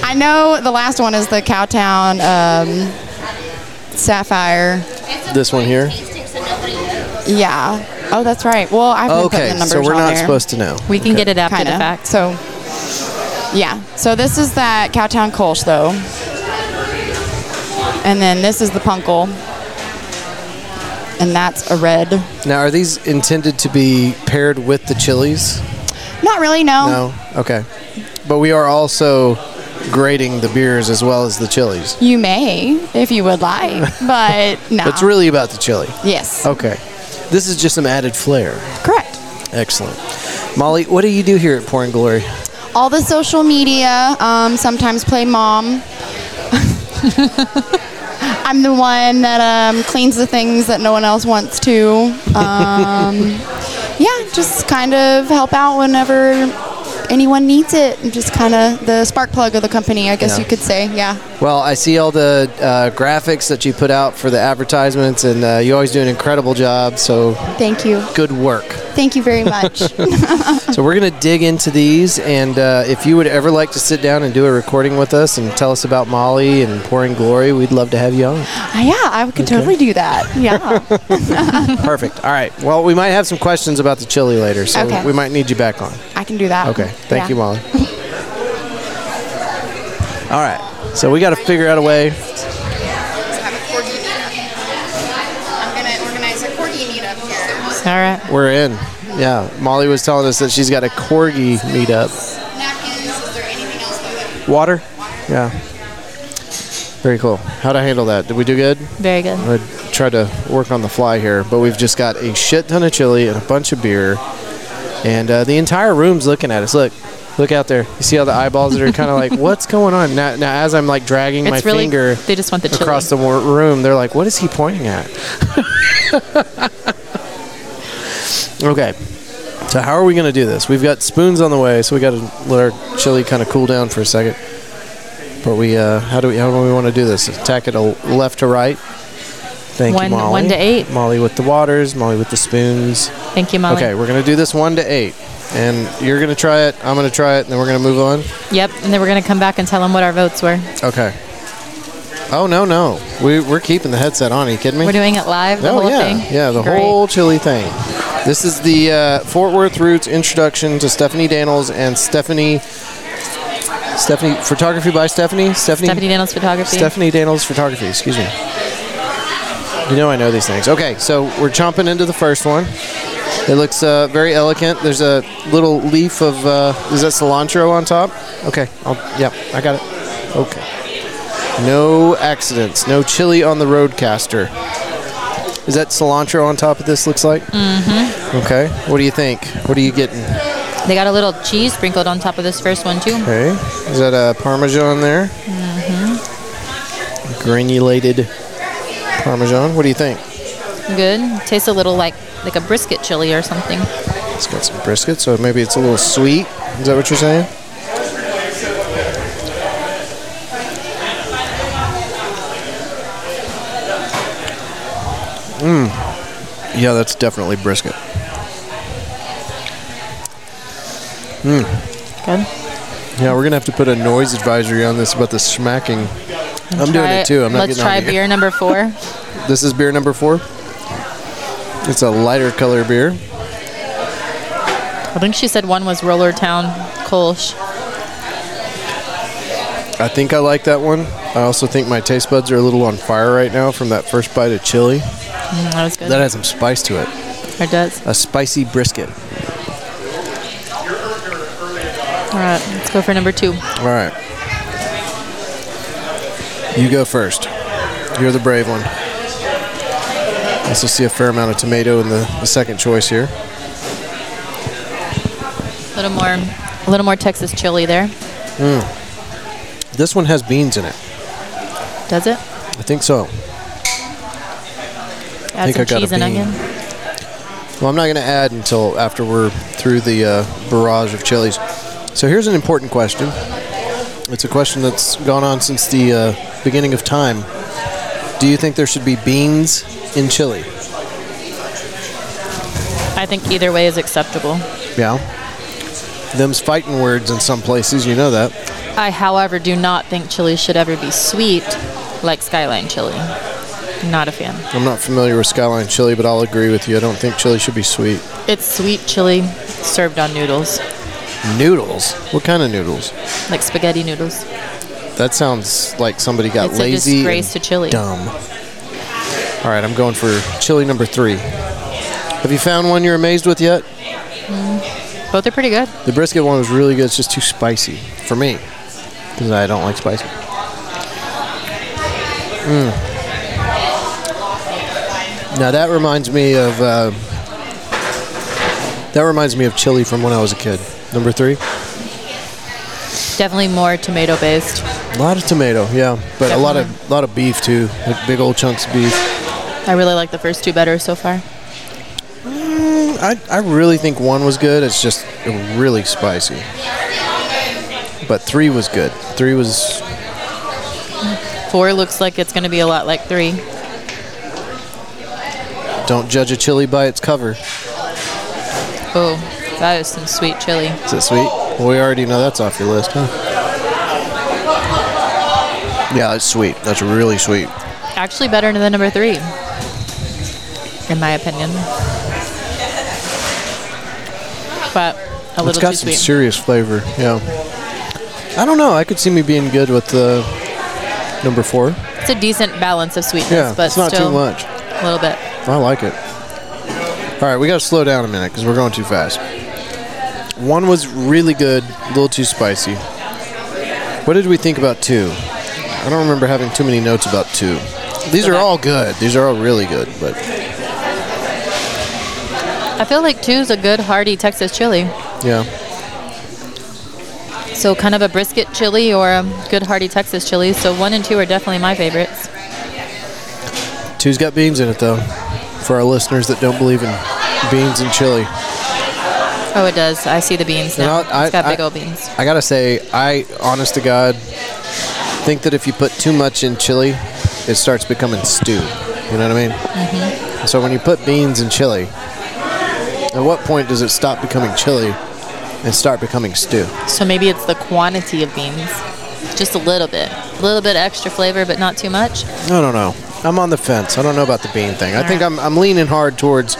I know the last one is the Cowtown um, Sapphire.
This one here.
Yeah. Oh, that's right. Well, I've been putting the
Okay,
numbers
so we're
on
not
there.
supposed to know.
We can get it after
Kinda.
the fact.
So, yeah. So this is that Cowtown Kolsch, though. And then this is the Punkel. And that's a red.
Now, are these intended to be paired with the chilies?
Not really, no.
No. Okay. But we are also grading the beers as well as the chilies.
You may, if you would like, but no.
It's really about the chili.
Yes.
Okay. This is just some added flair.
Correct.
Excellent. Molly, what do you do here at Pouring Glory?
All the social media, um, sometimes play mom. I'm the one that um, cleans the things that no one else wants to. Um, yeah, just kind of help out whenever anyone needs it. I'm just kind of the spark plug of the company, I guess
Yeah.
you could say. Yeah.
Well, I see all the uh, graphics that you put out for the advertisements, and uh, you always do an incredible job, so
Thank you.
good work.
Thank you very much.
So we're going to dig into these, and uh, if you would ever like to sit down and do a recording with us and tell us about Molly and Pouring Glory, we'd love to have you on.
yeah, I could totally do that. Yeah.
Perfect. All right. Well, we might have some questions about the chili later, so
Okay.
we might need you back on.
I can do that.
Okay. Thank
Yeah.
you, Molly. All right. So we got to figure out a way.
I'm going to organize a corgi meetup here.
All right.
We're in. Yeah. Molly was telling us that she's got a corgi meetup.
Napkins, is there anything else that
Water? Yeah. Very cool. How'd I handle that? Did we do good?
Very good.
I tried to work on the fly here, but we've just got a shit ton of chili and a bunch of beer, and uh, the entire room's looking at us. Look, look out there. You see all the eyeballs that are kind of like, "What's going on?" Now, now, as I'm like dragging
It's
my
really.
finger
They just want the chili.
across the wor- room, they're like, "What is he pointing at?" okay. So how are we going to do this? We've got spoons on the way, so we got to let our chili kind of cool down for a second. But we, uh, how do we, how do we want to do this? Attack it a left to right. Thank you,
One-
Molly.
one to eight.
Molly with the waters. Molly with the spoons.
Thank you, Molly.
Okay, we're going to do this one to eight, and you're going to try it. I'm going to try it, and then we're going to move on.
Yep. And then we're gonna come back and tell them what our votes were.
Okay. Oh no no, we, we're keeping the headset on. Are you kidding me?
We're doing it live. The
oh
whole
yeah,
thing.
yeah, the
Great.
whole chili thing. This is the uh, Fort Worth Roots introduction to Stephanie Daniels and Stephanie. Stephanie photography by Stephanie. Stephanie.
Stephanie Daniels photography.
Stephanie Daniels photography. Excuse me. You know I know these things. Okay, so we're chomping into the first one. It looks uh, very elegant. There's a little leaf of uh, is that cilantro on top? Okay, I'll, yeah, I got it. Okay. No accidents. No chili on the roadcaster. Is that cilantro on top of this? Looks like. Mm-hmm. Okay. What do you think? What are you getting?
They got a little cheese sprinkled on top of this first one too.
Okay. Is that a Parmesan there? Mm-hmm. Granulated Parmesan. What do you think?
Good. Tastes a little like like a brisket chili or something.
It's got some brisket, so maybe it's a little sweet. Is that what you're saying? Mmm. Yeah, that's definitely brisket.
Good.
Mmm. Yeah, we're gonna have to put a noise advisory on this about the smacking. I'm doing
Try-
it too. I'm not
Let's
getting on
try
here.
beer number four.
This is beer number four. It's a lighter color beer.
I think she said one was Roller Town Kolsch.
I think I like that one. I also think my taste buds are a little on fire right now from that first bite of chili.
Mm, that was good.
That has some spice to it.
it does.
A spicy brisket.
All right, let's go for number two.
All right. You go first. You're the brave one. Also see a fair amount of tomato in the, the second choice here.
A little more, a little more Texas chili there.
Hmm. This one has beans in it.
Does it?
I think so.
Add
think I
some
got a
cheese and
bean.
onion.
Well, I'm not going to add until after we're through the uh, barrage of chilies. So here's an important question. It's a question that's gone on since the uh, beginning of time. Do you think there should be beans in chili?
I think either way is acceptable.
Yeah. Them's fighting words in some places, you know that.
I, however, do not think chili should ever be sweet, like Skyline chili. Not a fan.
I'm not familiar with Skyline chili, but I'll agree with you. I don't think chili should be sweet.
It's sweet chili served on noodles,
Noodles? What kind of noodles?
like spaghetti noodles.
That sounds like somebody got
It's a
lazy.
disgrace
and
to chili.
Dumb. All right, I'm going for chili number three. Have you found one you're amazed with yet?
Both are pretty good.
The brisket one was really good. It's just too spicy for me because I don't like spicy. Mm. Now that reminds me of uh, that reminds me of chili from when I was a kid. Number three,
Definitely more tomato based.
a lot of tomato, yeah, but a lot of lot of beef too, like big old chunks of beef.
I really like the first two better so far.
I, I really think one was good. It's just really spicy. But three was good. Three was
Four looks like it's going to be a lot like three.
don't judge a chili by its cover.
Oh, that is some sweet chili.
Is it sweet? Well, we already know that's off your list, huh? Yeah, it's sweet. That's really sweet.
Actually, better than number three, in my opinion. But a
It's
little
got
too
some
sweet.
serious flavor. Yeah. I don't know. I could see me being good with the number four.
it's a decent balance of sweetness,
Yeah,
but
it's not
still
too much.
a little bit.
I like it. All right, we got to slow down a minute because we're going too fast. One was really good, a little too spicy. What did we think about two? I don't remember having too many notes about two. These are all good. These are all really good, but
I feel like two's a good hearty Texas chili.
yeah,
So kind of a brisket chili or a good hearty Texas chili. So one and two are definitely my favorites.
two's got beans in it though. For our listeners that don't believe in beans and chili,
Oh, it does. I see the beans now.
And I-
it's got
I-
big old beans.
I gotta say, I honest to God think that if you put too much in chili, it starts becoming stew. You know what I mean?
Mm-hmm.
So when you put beans in chili, at what point does it stop becoming chili and start becoming stew?
So maybe it's the quantity of beans, just a little bit, a little bit extra flavor, but not too much.
I don't know. I'm on the fence. I don't know about the bean thing. I think I'm, I'm leaning hard towards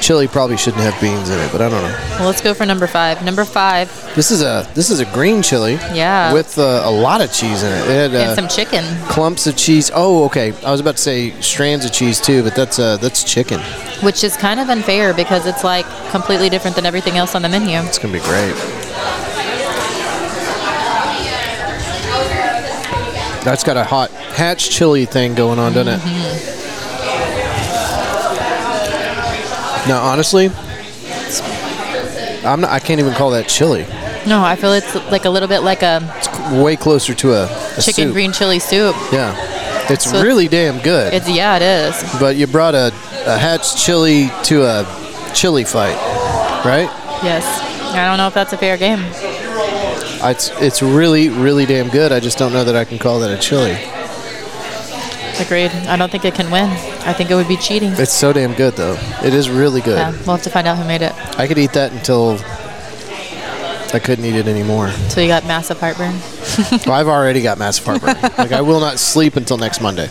chili probably shouldn't have beans in it, but I don't know.
Well, let's go for number five. Number five
This is a this is a green chili.
Yeah.
With uh, a lot of cheese in it. It had uh,
and some chicken.
clumps of cheese. Oh, okay. I was about to say strands of cheese too, but that's uh, that's chicken.
which is kind of unfair because it's like completely different than everything else on the menu.
It's gonna be great. That's got a hot hatch chili thing going on, doesn't it? Now, honestly, I'm not, I can't even call that chili.
No, I feel it's like a little bit like a
It's c- way closer to a, a
chicken
soup.
green chili soup.
Yeah, it's
So it's-
really damn good.
It's yeah, it is.
but you brought a, a hatch chili to a chili fight, right?
Yes. I don't know if that's a fair game.
It's it's really really damn good. I just don't know that I can call that a chili.
Agreed. I don't think it can win. I think it would be cheating.
It's so damn good though. It is really good.
Yeah, we'll have to find out who made it.
I could eat that until I couldn't eat it anymore.
So you got massive heartburn.
Well, I've already got massive heartburn. like I will not sleep until next Monday.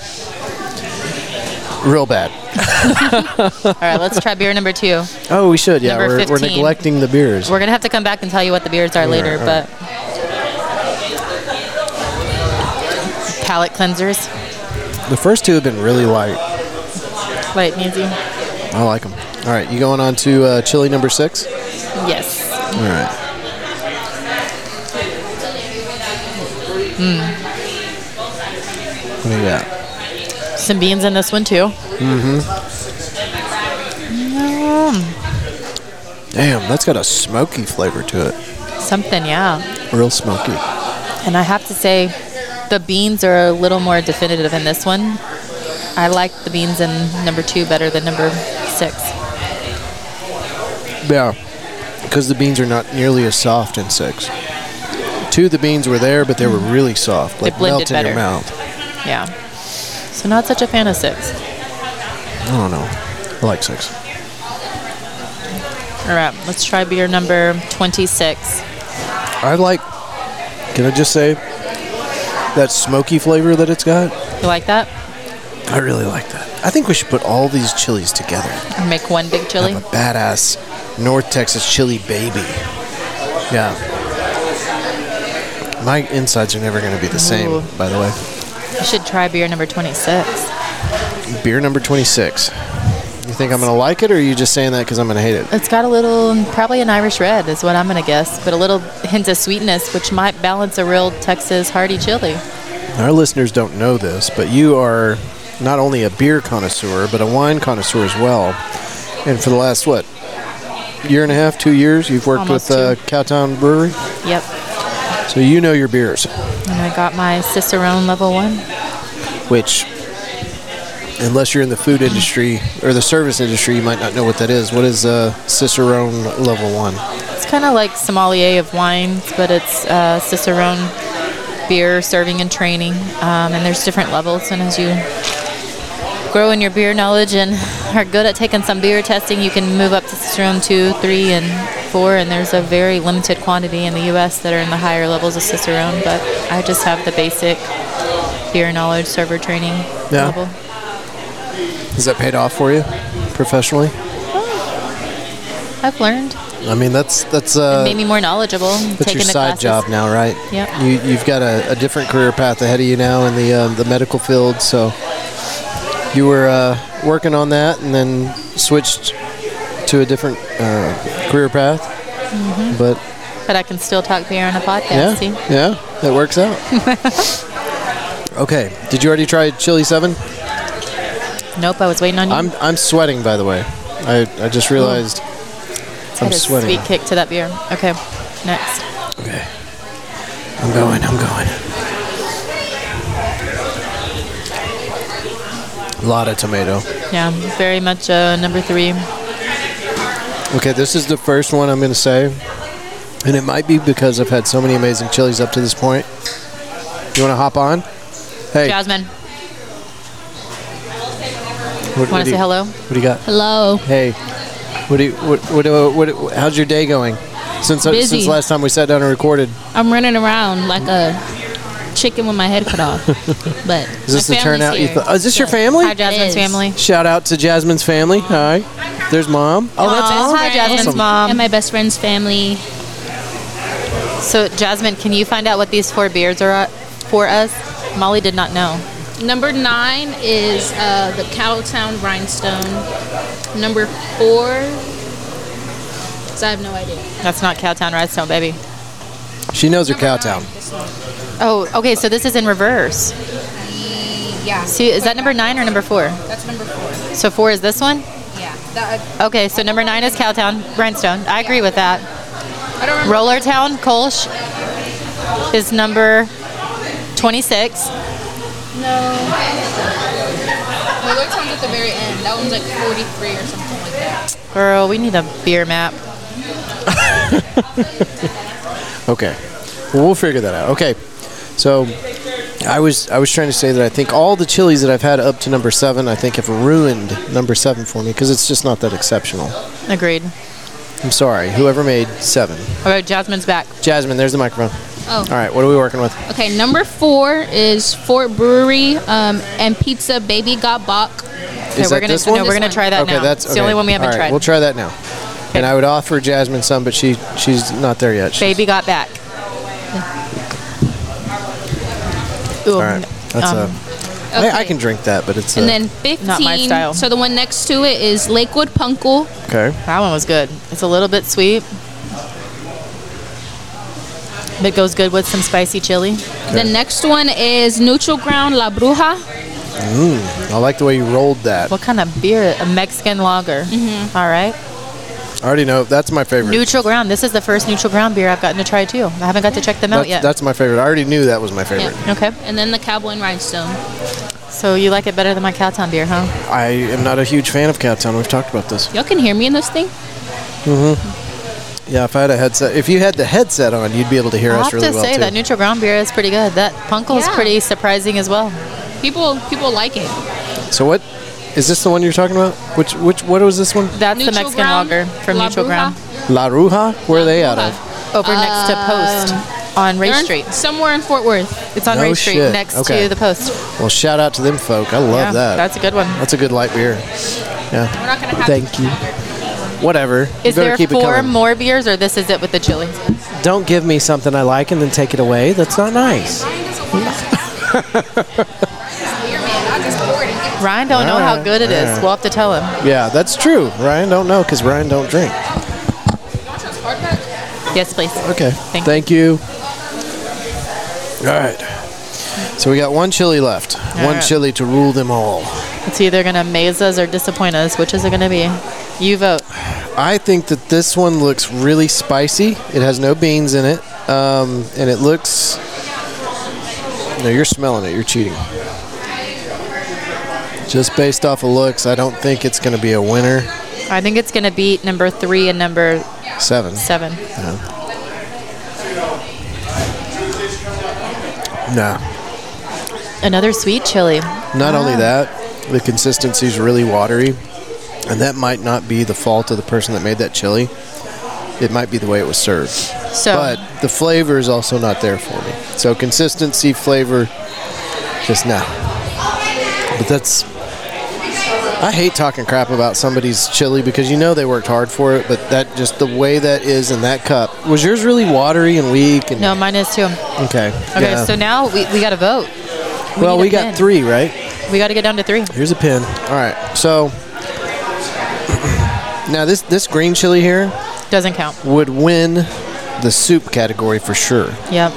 Real bad.
All right, let's try beer number two.
Oh, we should. Yeah,
Number
we're, we're
15.
neglecting the beers.
We're gonna have to come back and tell you what the beers are later,
all
but palate cleansers,
the first two have been really light.
light and easy.
I like them. All right, you going on to uh, chili number six?
Yes.
All right. What do you got?
Some beans in this one too.
Mm-hmm.
Mm,
Damn, that's got a smoky flavor to it.
Something, yeah.
Real smoky.
And I have to say, the beans are a little more definitive in this one. I like the beans in number two better than number six.
Yeah, because the beans are not nearly as soft in six. Two of the beans were there, but they were really soft, like
blended
melt in your
better.
mouth.
Yeah. So not such a fan of six.
I don't know. I like six.
All right, let's try beer number 26.
I like. Can I just say that smoky flavor that it's got?
You like that?
I really like that. I think we should put all these chilies together.
Make one big chili.
I'm a badass North Texas chili baby. Yeah. My insides are never going to be the same,
Ooh.
by the way.
You should try beer number 26.
Beer number 26. You think I'm going to like it, or are you just saying that because I'm going to hate it?
It's got a little, probably an Irish red is what I'm going to guess, but a little hint of sweetness, which might balance a real Texas hearty chili.
Our listeners don't know this, but you are not only a beer connoisseur, but a wine connoisseur as well. And for the last, what, year and a half, two years, you've worked
Almost
with uh,
two.
Cowtown Brewery.
Yep.
So you know your beers.
And I got my Cicerone level one.
which unless you're in the food industry or the service industry you might not know what that is what is uh, cicerone level one
It's kind of like sommelier of wines, but it's uh, Cicerone beer serving and training. Um, and there's different levels. And as you grow in your beer knowledge and are good at taking some beer testing, you can move up to Cicerone 2, 3, and 4. And there's a very limited quantity in the U.S. that are in the higher levels of Cicerone. But I just have the basic beer knowledge, server training
Yeah.
level.
has that paid off for you professionally
I've learned.
i mean that's that's uh
Made me more knowledgeable.
that's
taking
your
the
side
classes.
job now right
Yep.
you, you've got a, a different career path ahead of you now in the um, the medical field so you were uh, working on that and then switched to a different uh, career path but
But I can still talk beer on a
Yeah,
podcast. Mm-hmm. See?
yeah, that works out. okay, did you already try chili seven?
Nope, I was waiting on you.
I'm I'm sweating by the way. I, I just realized. I'm
Had a
sweating.
Sweet kick to that beer. Okay, next.
Okay, I'm going. I'm going. A lot of tomato.
Yeah, very much uh, number three.
Okay, this is the first one I'm going to say, and it might be because I've had so many amazing chilies up to this point. You want to hop on? Hey,
Jasmine,
what- what
want
do
to say
you-
hello?
What do you got?
Hello.
Hey, what do you, what, what, what, what how's your day going? Since
Busy.
since last time we sat down and recorded,
I'm running around like a chicken with my head cut off. but
is this
my
the
family's
turnout? You
here.
thought? oh, is this your family?
Hi,
Yes.
Jasmine's family.
Shout out to Jasmine's family. Hi, there's mom. Oh,
that's
Hi, Jasmine's
And
mom.
my best friend's family.
So, Jasmine, can you find out what these four beers are uh, for us? Molly did not know.
Number nine is uh, the Cowtown Rhinestone. Number four, 'cause I have no idea.
That's not Cowtown Redstone, baby.
she knows her Cowtown.
Oh, okay, so this is in reverse.
Yeah.
See, is that number nine or number four?
That's number four.
So, four is this one?
Yeah. uh,
Okay, so number nine is Cowtown Rhinestone. I agree with that.
I don't remember.
Roller Town Kolsch is number 26.
Roller Town's at the very end. That one's like 43 or something like that.
Girl, we need a beer map.
Okay, well, we'll figure that out. Okay, so I was I was trying to say that I think all the chilies that I've had up to number seven, I think have ruined number seven for me because it's just not that exceptional.
Agreed.
I'm sorry, whoever made seven.
All right, Jasmine's back.
Jasmine, there's the microphone.
Oh.
All right, what are we working with?
Okay, number four is Fort Brewery um, and Pizza Baby Got Bach.
Okay,
that
we're gonna
this one?
no, we're gonna
This
try that
okay,
now.
that's
it's the only
okay.
one we haven't
All right,
tried.
We'll try that now. And I would offer Jasmine some, but she she's not there yet. She-
Baby got back. Ooh,
All right, that's
um,
a. I- I,
okay.
can drink that, but it's.
And
a-
then 15.
Not my style.
So the one next to it is Lakewood Punkle.
okay.
that one was good. It's a little bit sweet, but goes good with some spicy chili.
The next one is Neutral Ground La Bruja.
Mmm, I like the way you rolled that. I
What kind of beer? A Mexican lager.
Mm-hmm.
All right.
already know that's my favorite.
Neutral ground. This is the first neutral ground beer I've gotten to try too. I haven't got to check them out
that's,
yet.
that's my favorite. I already knew that was my favorite.
okay.
And then the Cowboy and Rhinestone.
So you like it better than my Cowtown beer, huh?
I am not a huge fan of Cowtown. We've talked about this.
Y'all can hear me in this thing?
Mm-hmm. Yeah, if I had a headset, if you had the headset on, you'd be able to hear
I
us
have
really
to
well
say
too.
that neutral ground beer is pretty good. That Punkel is
Yeah.
pretty surprising as well.
People people like it.
so what is this the one you're talking about? Which which what was this one?
That's the
Neutral
Mexican
Ground,
lager from
La
Neutral
Bruja.
Ground
La Ruja? Where are they out of?
over next to Post on Ray
Um, They're in-
Street.
Somewhere in Fort Worth.
It's on
No
Ray Street
shit.
next
Okay.
to the Post.
Well, shout out to them folk. I love
yeah,
that.
That's a good one.
That's a good light beer.
We're
Yeah.
not going to have
Thank you. Whatever.
Is
you better
there
keep it
four
coming.
more beers or this is it with the chili?
Don't give me something I like and then take it away. That's not nice.
Ryan don't know how
Alright,
good it is.
alright.
We'll have to tell him.
Yeah, that's true. Ryan don't know because Ryan don't drink.
Yes, please.
Okay.
Thank
you. All right. So we got one chili left. one
right.
chili to rule them all.
It's either gonna amaze us or disappoint us. Which is it gonna be? You vote.
I think that this one looks really spicy. It has no beans in it, um, and it looks. No, you're smelling it. You're cheating. Just based off of looks, I don't think it's going to be a winner.
I think it's gonna beat number three and number
Seven.
seven.
No.
Another sweet chili.
Not
Ah.
only that, the consistency is really watery, and that might not be the fault of the person that made that chili. It might be the way it was served.
So
But the flavor is also not there for me. So consistency, flavor, just no. But that's. I hate talking crap about somebody's chili because you know they worked hard for it, but that just the way that is in that cup. Was yours really watery and weak? And,
no, mine is too.
Okay.
Okay,
yeah.
so now we, we gotta vote.
well,
need
we
a
got
pin.
three, right?
We gotta get down to three.
Here's a pin. All right. So now this this green chili here
Doesn't count.
would win the soup category for sure.
Yep.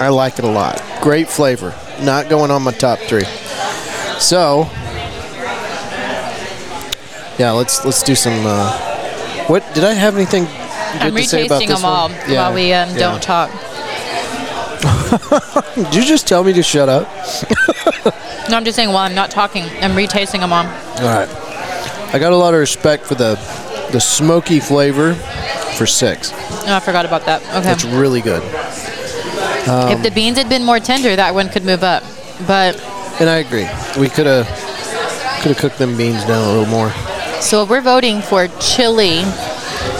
I like it a lot. Great flavor. Not going on my top three. So, yeah, let's let's do some. Uh, what did I have anything good
I'm
to say
retasting
about this
them all
one? Yeah,
while we um,
yeah.
don't talk.
Did you just tell me to shut up?
No, I'm just saying while I'm not talking, I'm retasting them all.
All right. I got a lot of respect for the the smoky flavor for six.
Oh, I forgot about that.
That's
Okay.
really good. Um,
if the beans had been more tender, that one could move up. But
And I agree. We could have could have cooked them beans down a little more.
so if we're voting for chili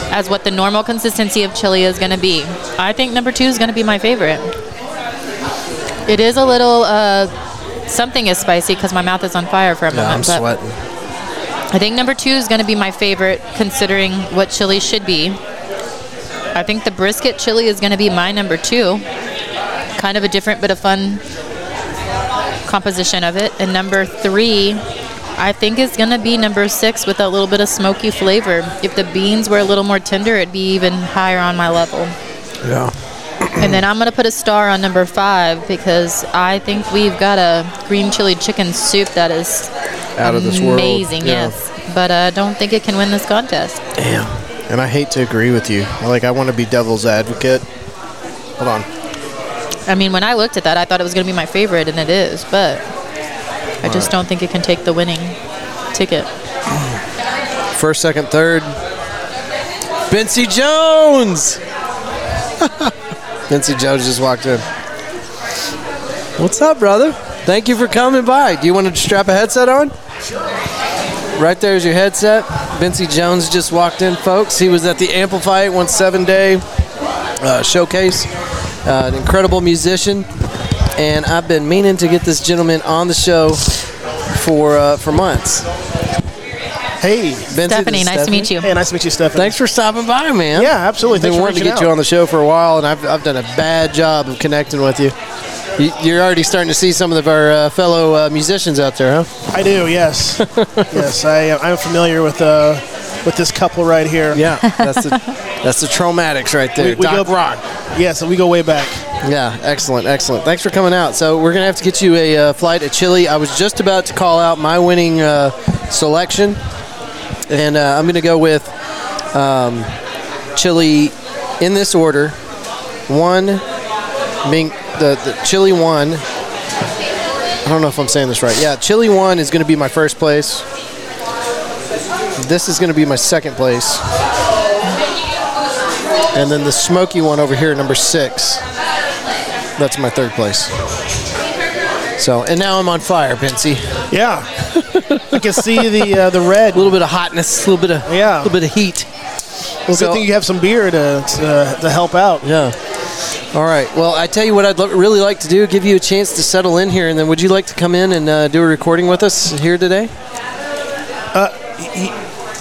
as what the normal consistency of chili is going to be, I think number two is going to be my favorite. It is a little uh, something is spicy because my mouth is on fire for a
Yeah,
moment.
I'm
but-
sweating.
I think number two is going to be my favorite, considering what chili should be. I think the brisket chili is going to be my number two. Kind of a different but a fun composition of it. And number three, I think is going to be number six with a little bit of smoky flavor. If the beans were a little more tender, it'd be even higher on my level.
Yeah.
And then I'm going to put a star on number five because I think we've got a green chili chicken soup that is
Out of this world.
Amazing,
Yeah.
yes. But uh, I don't think it can win this contest.
Damn. And I hate to agree with you. Like I want to be devil's advocate. Hold on.
I mean, when I looked at that, I thought it was going to be my favorite, and it is, but I just don't think it can take the winning ticket.
First, second, third. Bency Jones. Bency Jones just walked in. What's up, brother? Thank you for coming by. Do you want to strap a headset on? Right there's your headset. Bincy Jones just walked in, folks. He was at the Amplify 107 Day uh, Showcase. Uh, an incredible musician, and I've been meaning to get this gentleman on the show for uh, for months.
Hey.
Bincy,
Stephanie, nice to meet you.
Hey, nice to meet you, Stephanie.
Thanks for stopping by, man.
Yeah, absolutely.
I've
Thanks
been
for
wanting to
reaching
get you
out.
on the show for a while, and I've, I've done a bad job of connecting with you. You- You're already starting to see some of our uh, fellow uh, musicians out there, huh?
I do, yes. yes, I, I'm familiar with, uh, with this couple right here.
Yeah, that's the that's the Traumatics right there.
We- we
Doc
go-
Rock.
Yeah, so we go way back.
Yeah, excellent, excellent. Thanks for coming out. So we're gonna have to get you a uh, flight to Chile. I was just about to call out my winning uh, selection, and uh, I'm gonna go with um, Chile in this order. One being the, the Chile one. I don't know if I'm saying this right. Yeah, Chile one is gonna be my first place. This is gonna be my second place. And then the smoky one over here, number six. That's my third place. So, and now I'm on fire, Pincy. A
Yeah. I can see the uh, the red.
little bit of hotness, a little bit of
Yeah.
little bit of heat.
Well,
So-
good thing you have some beer to, to, to help out.
Yeah. All right. Well, I tell you what, I'd lo- really like to do: give you a chance to settle in here, and then would you like to come in and uh, do a recording with us here today?
Uh,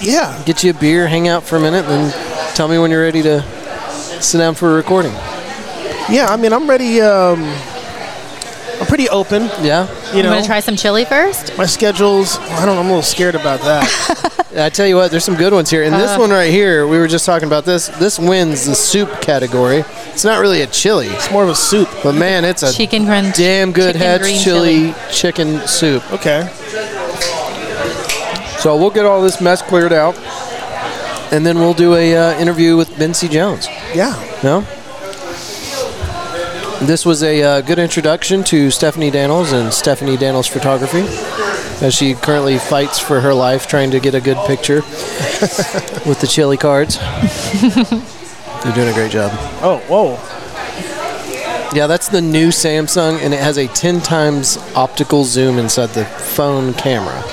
Yeah.
Get you a beer, hang out for a minute, and then tell me when you're ready to sit down for a recording.
Yeah, I mean, I'm ready. Um, I'm pretty open,
Yeah.
you
You
know.
want to try some chili first?
My schedule's, I don't know, I'm a little scared about that.
I tell you what, there's some good ones here, and this one right here, we were just talking about this. This wins the soup category. It's not really a chili,
It's more of a soup.
but man, it's a
Chicken crunch.
damn good
chicken
head
green
chili, chicken soup.
Okay.
So we'll get all this mess cleared out, and then we'll do a uh, interview with Bency Jones.
Yeah.
No. This was a uh, good introduction to Stephanie Daniels and Stephanie Daniels Photography, as she currently fights for her life trying to get a good picture with the chili cards. You're doing a great job.
Oh, whoa.
Yeah, that's the new Samsung, and it has a 10 times optical zoom inside the phone camera,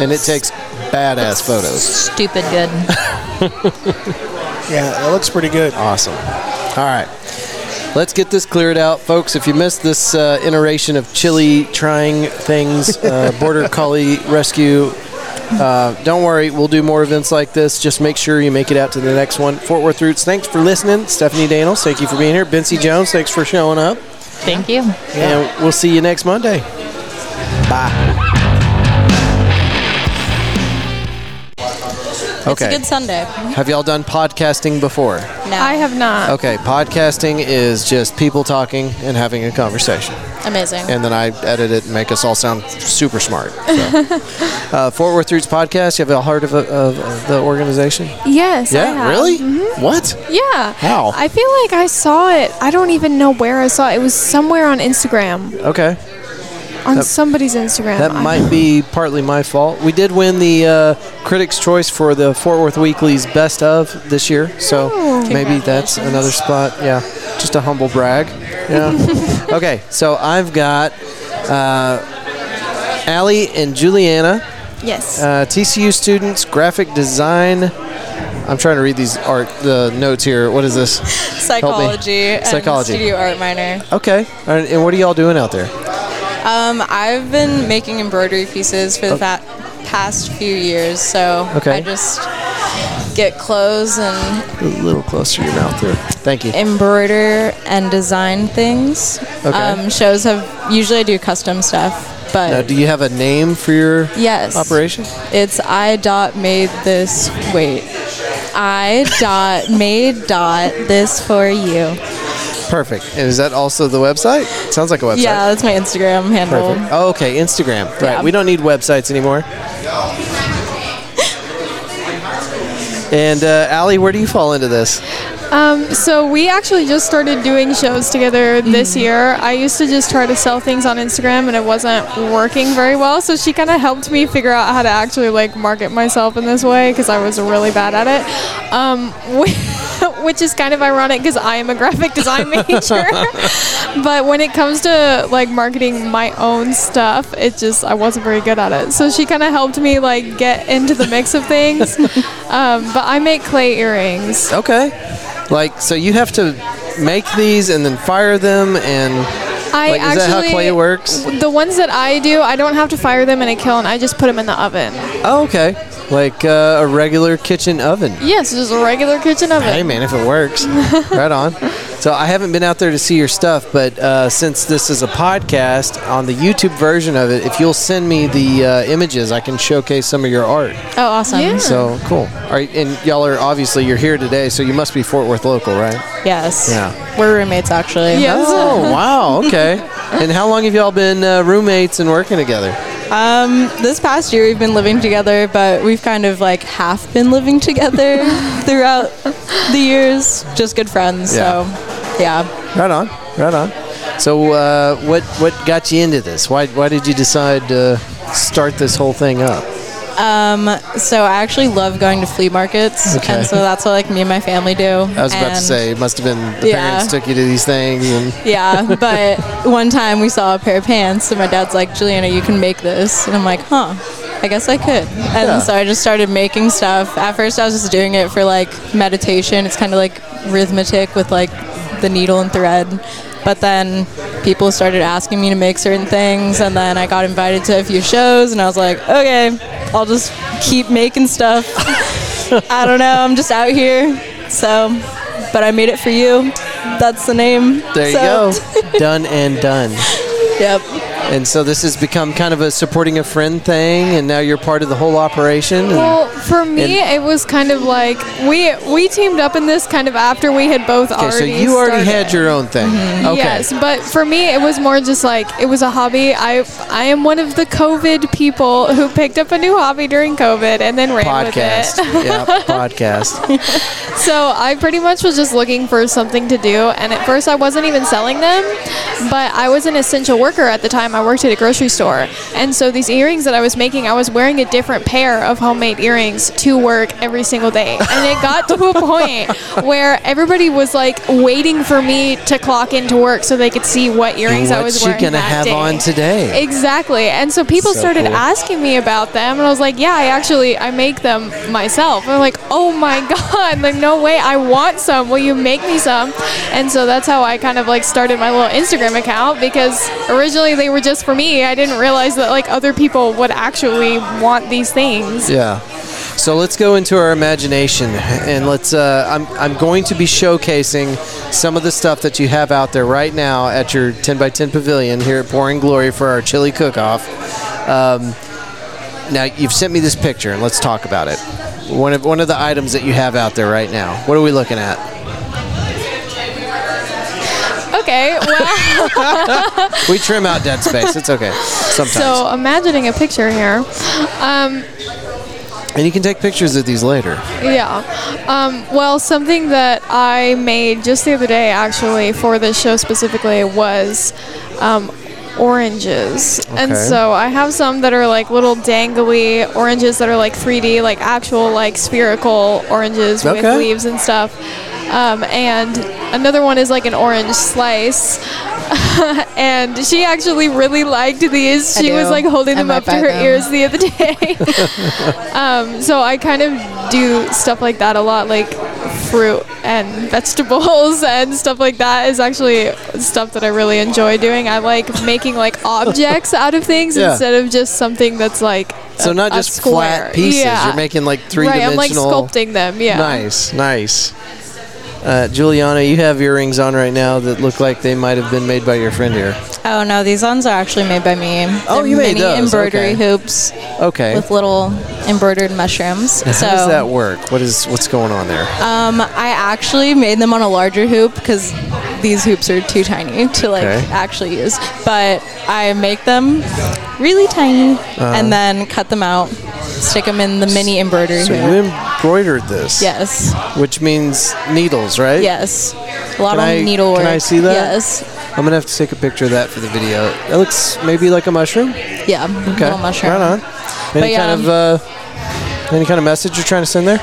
and it takes badass photos.
Stupid good.
Yeah, that looks pretty good.
Awesome. All right. Let's get this cleared out, folks. If you missed this uh, iteration of chili trying things, uh, border collie rescue, uh, don't worry. We'll do more events like this. Just make sure you make it out to the next one. Fort Worth Roots, thanks for listening. Stephanie Daniels, thank you for being here. Bency Jones, thanks for showing up.
Thank you.
And we'll see you next Monday. Bye.
It's a
Okay.
good Sunday.
Have y'all done podcasting before?
Now,
have not.
Okay, podcasting is just people talking and having a conversation.
amazing.
And then I edit it and make us all sound super smart. So. uh, Fort Worth Roots Podcast, you have a heart of, of, of the organization?
Yes. I
yeah,
have. Mm-hmm.
really?
Mm-hmm.
What?
Yeah.
How?
I feel like I saw it. I don't even know where I saw it. It was somewhere on Instagram,
Okay.
on somebody's Instagram.
That
I-
might be partly my fault. We did win the uh, Critics' Choice for the Fort Worth Weekly's Best of this year, so maybe that's another spot. Yeah, just a humble brag. Yeah. okay, so I've got uh, Allie and Juliana,
Yes.
uh, TCU students, graphic design. I'm trying to read these art the notes here. What is this?
Psychology. and
Psychology.
studio art minor.
Okay, all right, and what are y'all doing out there?
Um, I've been making embroidery pieces for the fa- past few years, so
Oh. Okay.
I just get clothes and
A little closer to your mouth there. Thank you.
embroider and design things. Okay. Um, shows have usually I do custom stuff, but
Now, do you have a name for your
yes,
operation?
It's I dot made this. Wait, I dot made dot this for you.
Perfect. And is that also the website? Sounds like a website.
Yeah, that's my Instagram handle.
Perfect. Oh, okay, Instagram.
Yeah.
Right. We don't need websites anymore. And uh, Allie, where do you fall into this?
Um, so we actually just started doing shows together
Mm-hmm.
this year. I used to just try to sell things on Instagram, and it wasn't working very well. So she kind of helped me figure out how to actually like market myself in this way because I was really bad at it. Um, wh- which is kind of ironic because I am a graphic design major. but when it comes to like marketing my own stuff, it just I wasn't very good at it. So she kind of helped me like get into the mix of things. um, but I make clay earrings.
Okay. Like, so you have to make these and then fire them and.
I
like,
actually
is that how clay works?
The ones that I do, I don't have to fire them in a kiln. I just put them in the oven.
Oh, okay. Like uh, a regular kitchen oven.
Yes, just a regular kitchen oven.
Hey, man, if it works. right on. So I haven't been out there to see your stuff, but uh, since this is a podcast, on the YouTube version of it, if you'll send me the uh, images, I can showcase some of your art.
Oh, awesome.
Yeah.
So cool. All right, and y'all are obviously you're here today, so you must be Fort Worth local, right?
Yes.
Yeah.
We're roommates, actually.
Yes.
Oh wow, okay. and how long have y'all been uh, roommates and working together?
Um, this past year, we've been living together, but we've kind of like half been living together throughout the years. Just good friends. So, yeah.
Right on, right on. So uh, what what got you into this? Why why did you decide to start this whole thing up?
Um, so I actually love going to flea markets,
Okay.
and so that's what like me and my family do.
I was about to say it must have been the
Yeah.
parents took you to these things and
Yeah, but one time we saw a pair of pants, and my dad's like, Juliana, you can make this. And I'm like, huh, I guess I could. And
Yeah.
so I just started making stuff. At first, I was just doing it for like meditation. It's kind of like rhythmic with like the needle and thread. But then people started asking me to make certain things, and then I got invited to a few shows, and I was like, okay, I'll just keep making stuff. I don't know, I'm just out here. So, but I made it for you. That's the name.
there
So-
you go. done and done.
Yep.
And so this has become kind of a supporting a friend thing and now you're part of the whole operation. and-
Well, for me, it was kind of like we we teamed up in this kind of after we had both
Okay,
already.
so you already
started. Mm-hmm.
had your own thing. Okay.
Yes, but for me, it was more just like it was a hobby. I I am one of the COVID people who picked up a new hobby during COVID and then ran
Podcast.
with it.
yeah, podcast.
So I pretty much was just looking for something to do, and at first I wasn't even selling them, but I was an essential worker at the time. I worked at a grocery store, and so these earrings that I was making, I was wearing a different pair of homemade earrings to work every single day, and it got to a point where everybody was like waiting for me to clock into work so they could see what earrings I
What
was
you
wearing
gonna
that
have
day.
on today?
Exactly. And so people
So
started
cool.
asking me about them, and I was like, "Yeah, I actually I make them myself." And I'm like, "Oh my god! Like no way! I want some. Will you make me some?" And so that's how I kind of like started my little Instagram account because originally they were just for me. I didn't realize that like other people would actually want these things.
Yeah. So let's go into our imagination and let's. Uh, I'm, I'm going to be showcasing some of the stuff that you have out there right now at your 10 by 10 pavilion here at Pouring Glory for our chili cook off. Um, now, you've sent me this picture and let's talk about it. One of, one of the items that you have out there right now. What are we looking at?
Okay. Well.
We trim out dead space. It's okay. Sometimes.
so imagining a picture here. Um,
and you can take pictures of these later.
Yeah. Um, well, something that I made just the other day, actually, for this show specifically, was um, oranges. And
Okay.
so I have some that are like little dangly oranges that are like 3D, like actual like spherical oranges
Okay.
with leaves and stuff. Um, and another one is like an orange slice. and she actually really liked these.
I
She was
do.
like holding
I
them
might
up to
buy
her
them.
ears the other day. Um, so I kind of do stuff like that a lot, like fruit and vegetables and stuff like that is actually stuff that I really enjoy doing. I like making like objects out of things
Yeah.
instead of just something that's like
So
a-
not
a
just
square.
flat pieces.
Yeah.
You're making like three
right. I'm
dimensional.
like sculpting them. Yeah.
Nice, nice. Uh, Juliana, you have earrings on right now that look like they might have been made by your friend here.
Oh no, these ones are actually made by me.
Oh,
They're
you made
mini
those,
embroidery
okay.
hoops
Okay.
with little embroidered mushrooms. so
How does that work? What is what's going on there?
um, I actually made them on a larger hoop because these hoops are too tiny to like
Okay.
actually use.
Uh-huh.
But I make them really tiny and then cut them out stick them in the mini embroidery
So
hoop.
you embroidered this.
Yes.
Which means needles, right?
Yes. A lot
Can
of
I-
needlework.
Can I see that?
Yes.
I'm gonna have to take a picture of that for the video. That looks maybe like a mushroom.
Yeah.
Okay.
Little mushroom.
Right on. Any
But,
kind
yeah. um,
of uh, any kind of message you're trying to send there?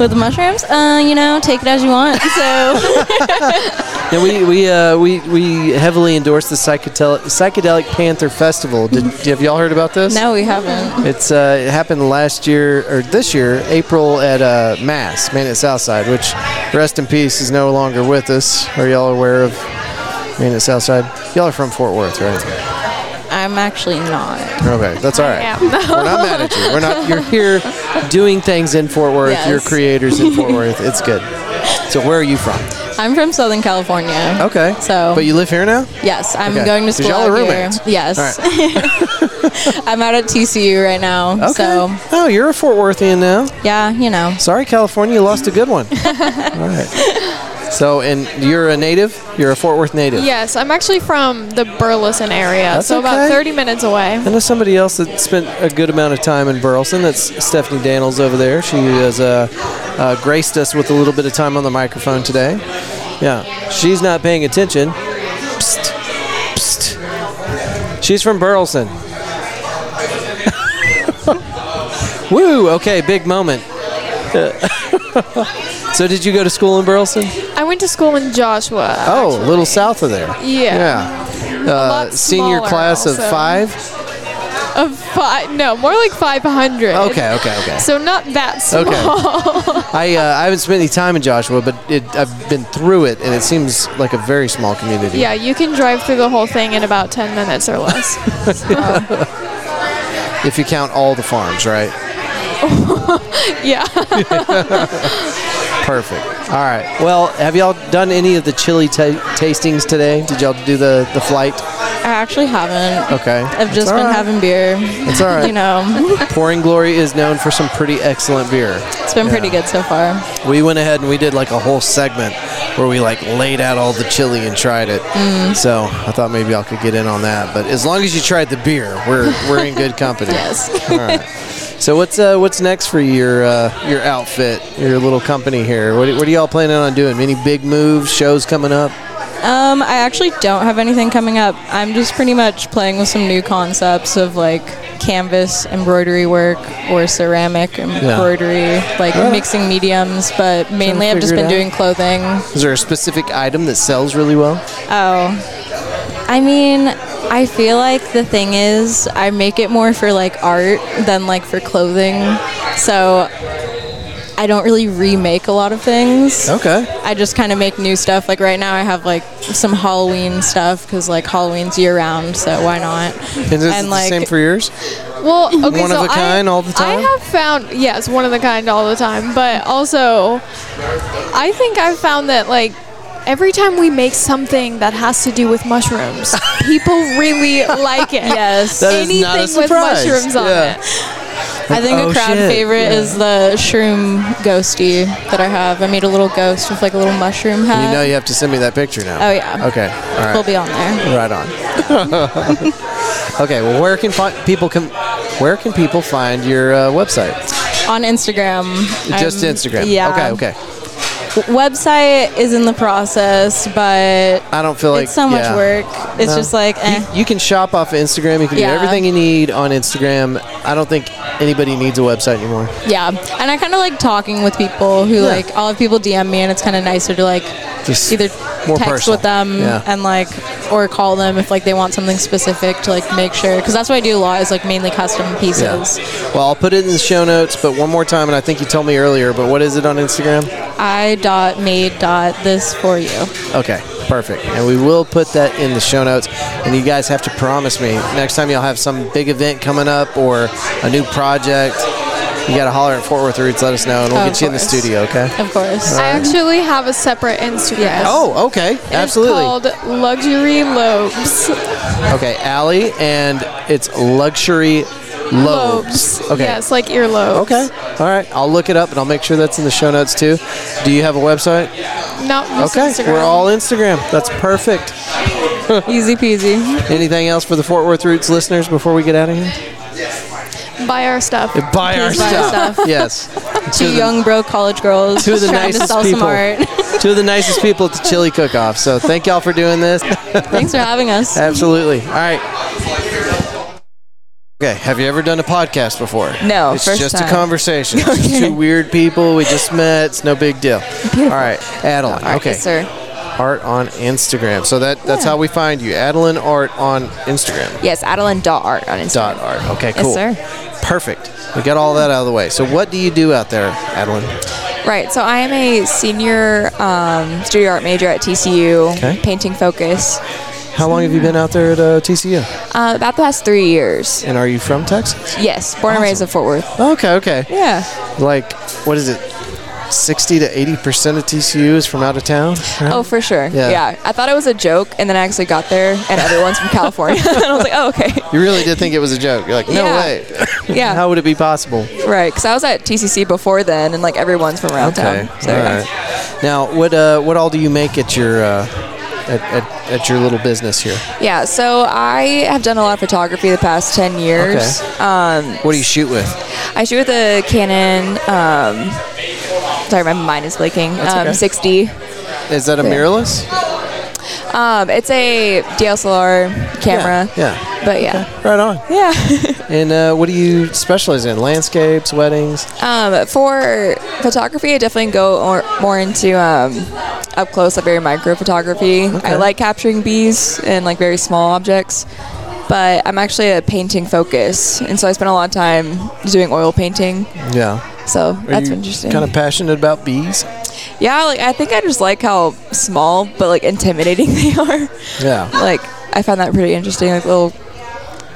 With the mushrooms, uh, you know, take it as you want. So
Yeah, we we uh, we we heavily endorse the psychedelic psychedelic Panther Festival. Did have y'all heard about this?
no, we haven't.
It's uh, it happened last year or this year, April at uh, Mass, Main at Southside, which rest in peace is no longer with us. Are y'all aware of Main at Southside? Y'all are from Fort Worth, right?
I'm actually not.
Okay, that's all right. We're not mad at you. We're not. You're here doing things in Fort Worth. You're
Yes.
creators in Fort Worth. It's good. So where are you from?
I'm from Southern California.
Okay.
So-
But you live here now?
Yes, I'm
Okay.
going to
'Cause
school
y'all are
out
roommates.
here. Yes.
All
I'm out at TCU right now.
Okay.
So
Oh, you're a Fort Worthian now.
yeah, you know.
Sorry, California, you lost a good one. All right. So, and you're a native? You're a Fort Worth native?
Yes, I'm actually from the Burleson area,
That's
so
okay.
about 30 minutes away.
I know somebody else that spent a good amount of time in Burleson. That's Stephanie Daniels over there. She has uh, uh, graced us with a little bit of time on the microphone today. Yeah, she's not paying attention. Psst, psst. She's from Burleson. Woo! Okay, big moment. so, did you go to school in Burleson?
I went to school in Joshua.
Oh, a little south of there.
Yeah.
Yeah. Uh,
lot
senior
smaller
class of
also.
five.
Of five, no, more like 500.
Okay, okay, okay.
So not that small.
Okay. I, uh, I haven't spent any time in Joshua, but it, I've been through it, and it seems like a very small community.
Yeah, you can drive through the whole thing in about 10 minutes or less. Um,
If you count all the farms, right?
yeah.
Perfect. All right. Well, have y'all done any of the chili ta tastings today? Did y'all do the, the flight?
I actually haven't.
Okay.
I've just been having beer. It's
all right.
you know,
Pouring Glory is known for some pretty excellent beer.
it's been pretty good so far.
We went ahead and we did like a whole segment where we like laid out all the chili and tried it. So I thought maybe y'all could get in on that. But as long as you tried the beer, we're we're in good company.
Yes.
All right. So what's uh, what's next for your uh, your outfit, your little company here? What, what are y'all planning on doing? Any big moves, shows coming up?
Um, I actually don't have anything coming up. I'm just pretty much playing with some new concepts of like canvas embroidery work or ceramic embroidery, like mixing mediums. But mainly, I've just
figure
been
it out.
doing clothing.
Is there a specific item that sells really well?
Oh, I mean, I feel like the thing is, I make it more for like art than like for clothing. So. I don't really remake a lot of things.
Okay.
I just kind of make new stuff. Like right now, I have like some Halloween stuff because like Halloween's year round, so why not?
Is it the same for yours?
Well, okay,
One of
so
a kind
I,
all the time?
I have found yes, one of a kind all the time, but also I think I've found that like every time we make something that has to do with mushrooms, people really like it.
yes,
That is
Anything
not a
with
surprise.
mushrooms on
Yeah.
it.
I think
Oh,
a crowd
shit.
favorite is the shroom ghosty that I have. I made a little ghost with like a little mushroom hat.
You know you have to send me that picture now.
Uh, oh yeah,
Okay. All right.
we'll be on there.
Right on. okay. Well, where can fi- people can where can people find your uh, website?
On Instagram,
Just
I'm-
Instagram.
Um, Yeah.
Okay. Okay.
Website is in the process, but
I don't feel like
it's so much
yeah.
work. It's
No.
just like, eh.
Um, You can shop off of Instagram. You can
Yeah.
do everything you need on Instagram. I don't think anybody needs a website anymore.
Yeah, and I kind of like talking with people who like. I'll have people DM me, and it's kind of nicer to like
Just
either
more
text
personal.
with them
Yeah.
and like or call them if like they want something specific to like make sure because that's what I do a lot is like mainly custom pieces.
Well, I'll put it in the show notes, but one more time, and I think you told me earlier, but what is it on Instagram?
I dot made dot this for you.
Okay, perfect. And we will put that in the show notes. And you guys have to promise me next time y'all have some big event coming up or a new project, you got to holler at Fort Worth Roots, let us know, and we'll
Of
get you in the
course.
studio, okay?
Of course.
I actually have a separate Instagram.
Oh, okay. Absolutely.
It's called Luxury Lobes.
okay, Allie, and it's Luxury Lobes. Okay.
Yes, like earlobes.
Okay. All right. I'll look it up and I'll make sure that's in the show notes too. Do you have a website?
Not just
okay.
Instagram.
We're all Instagram. That's perfect.
Easy peasy.
Anything else for the Fort Worth Roots listeners before we get out of here?
Buy our stuff.
Buy our
Please buy our
stuff.
stuff.
yes.
Two young broke college girls
two of the
trying to
nicest
sell
people.
some art.
two of the nicest people at the Chili Cook Off. So thank y'all for doing this.
Thanks for having us.
Absolutely. All right. Okay. Have you ever done a podcast before?
No,
It's
first
just
time.
a conversation. It's just two weird people we just met. It's no big deal. All right, Adeline. okay.
Yes, sir.
Art on Instagram. So that that's how we find you, Adeline Art on Instagram.
Yes, Adeline.art on Instagram.
Dot art. Okay,
Yes,
cool.
sir.
Perfect. We got all that out of the way. So what do you do out there, Adeline?
Right. So I am a senior um, studio art major at TCU,
Okay.
painting focus,
How long have you been out there at uh, TCU?
uh, about the past three years.
And are you from Texas?
Yes, born and raised in Fort Worth.
Okay, okay.
Yeah.
like what is it 60 to 80 percent of tcu is from out of town
Oh, for sure.
Yeah.
Yeah. I thought it was a joke, and then I actually got there, and everyone's from California. and I was like, oh, okay.
you really did think it was a joke you're like no
Yeah.
way
Yeah.
how would it be possible
Right. Because I was at TCC before then, and like everyone's from around town. So,
all
yeah.
right now what uh what all do you make at your uh at, at, at your little business here
yeah. So I have done a lot of photography the past 10 years.
Okay.
Um,
what do you shoot with
I shoot with a Canon. Um, sorry, my mind is blinking. Um,
okay.
60.
is that a mirrorless
Um, it's a DSLR camera.
yeah, yeah.
But yeah.
right on
Yeah.
and uh, what do you specialize in landscapes weddings
um, for photography, I definitely go or, more into um, up close, like very micro photography. I like capturing bees and like very small objects. But I'm actually a painting focus, and so I spend a lot of time doing oil painting.
yeah
So that's
you
interesting.
kind of passionate about bees
Yeah, like I think I just like how small but like intimidating they are.
yeah
Like I found that pretty interesting, like little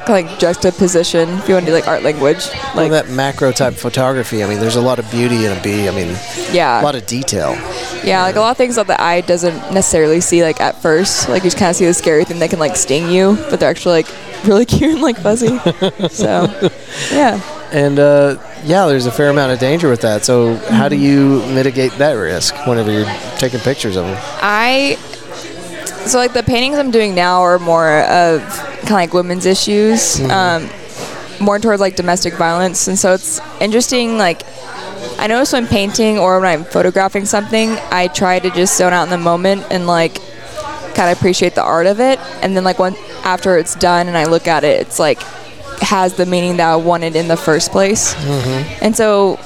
kind of like juxtaposition if you want to do like art language.
like
Like
that macro type photography i mean there's a lot of beauty in a bee i mean
yeah.
a lot of detail
yeah, like a lot of things that the eye doesn't necessarily see like at first. Like you just kinda see the scary thing that can like sting you, but they're actually like really cute and like fuzzy. so yeah.
And uh, yeah, there's a fair amount of danger with that. So how do you mitigate that risk whenever you're taking pictures of them?
I so like the paintings I'm doing now are more of kind of like women's issues, um, more towards like domestic violence, and so it's interesting. Like I notice when painting or when I'm photographing something, I try to just zone out in the moment and like kind of appreciate the art of it, and then like when after it's done and I look at it, it's like has the meaning that I wanted in the first place,
Mm-hmm.
and so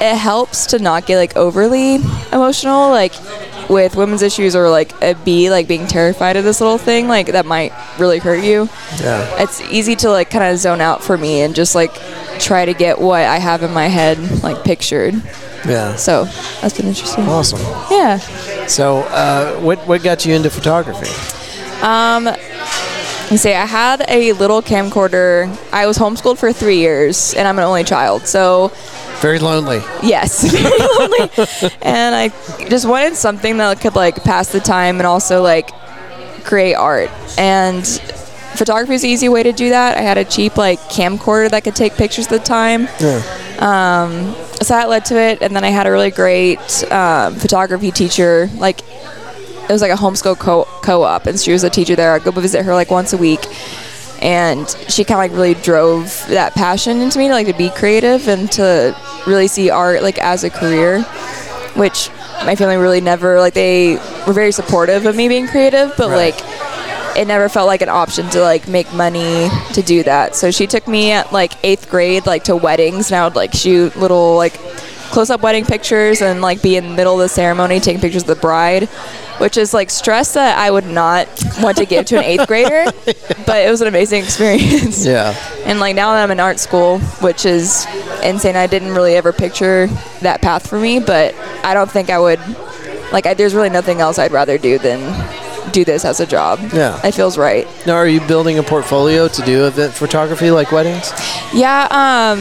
it helps to not get like overly emotional like with women's issues or like a bee like being terrified of this little thing like that might really hurt you
Yeah.
it's easy to like kind of zone out for me and just like try to get what i have in my head like pictured
Yeah.
so that's been interesting
Awesome.
yeah
So uh, what what got you into photography?
Um, You say I had a little camcorder. I was homeschooled for three years, and I'm an only child. So
Very lonely.
Yes, very lonely. and I just wanted something that could like pass the time and also like create art. And photography is an easy way to do that. I had a cheap like camcorder that could take pictures at the time.
Yeah.
Um, So that led to it. And then I had a really great um, photography teacher. Like it was like a homeschool co- co-op, and she was a teacher there. I would go visit her like once a week. And she kind of like really drove that passion into me, like to be creative and to really see art like as a career which my family really never like they were very supportive of me being creative but like it never felt like an option to like make money to do that so she took me at like eighth grade like to weddings and i would like shoot little like close-up wedding pictures and like be in the middle of the ceremony taking pictures of the bride which is like stress that i would not want to give to an eighth grader but it was an amazing experience
Yeah.
and like now that I'm in art school, which is insane, I didn't really ever picture that path for me, but I don't think I would. Like, I, there's really nothing else I'd rather do than do this as a job.
Yeah.
It feels right.
Now, are you building a portfolio to do event photography like weddings?
Yeah, um,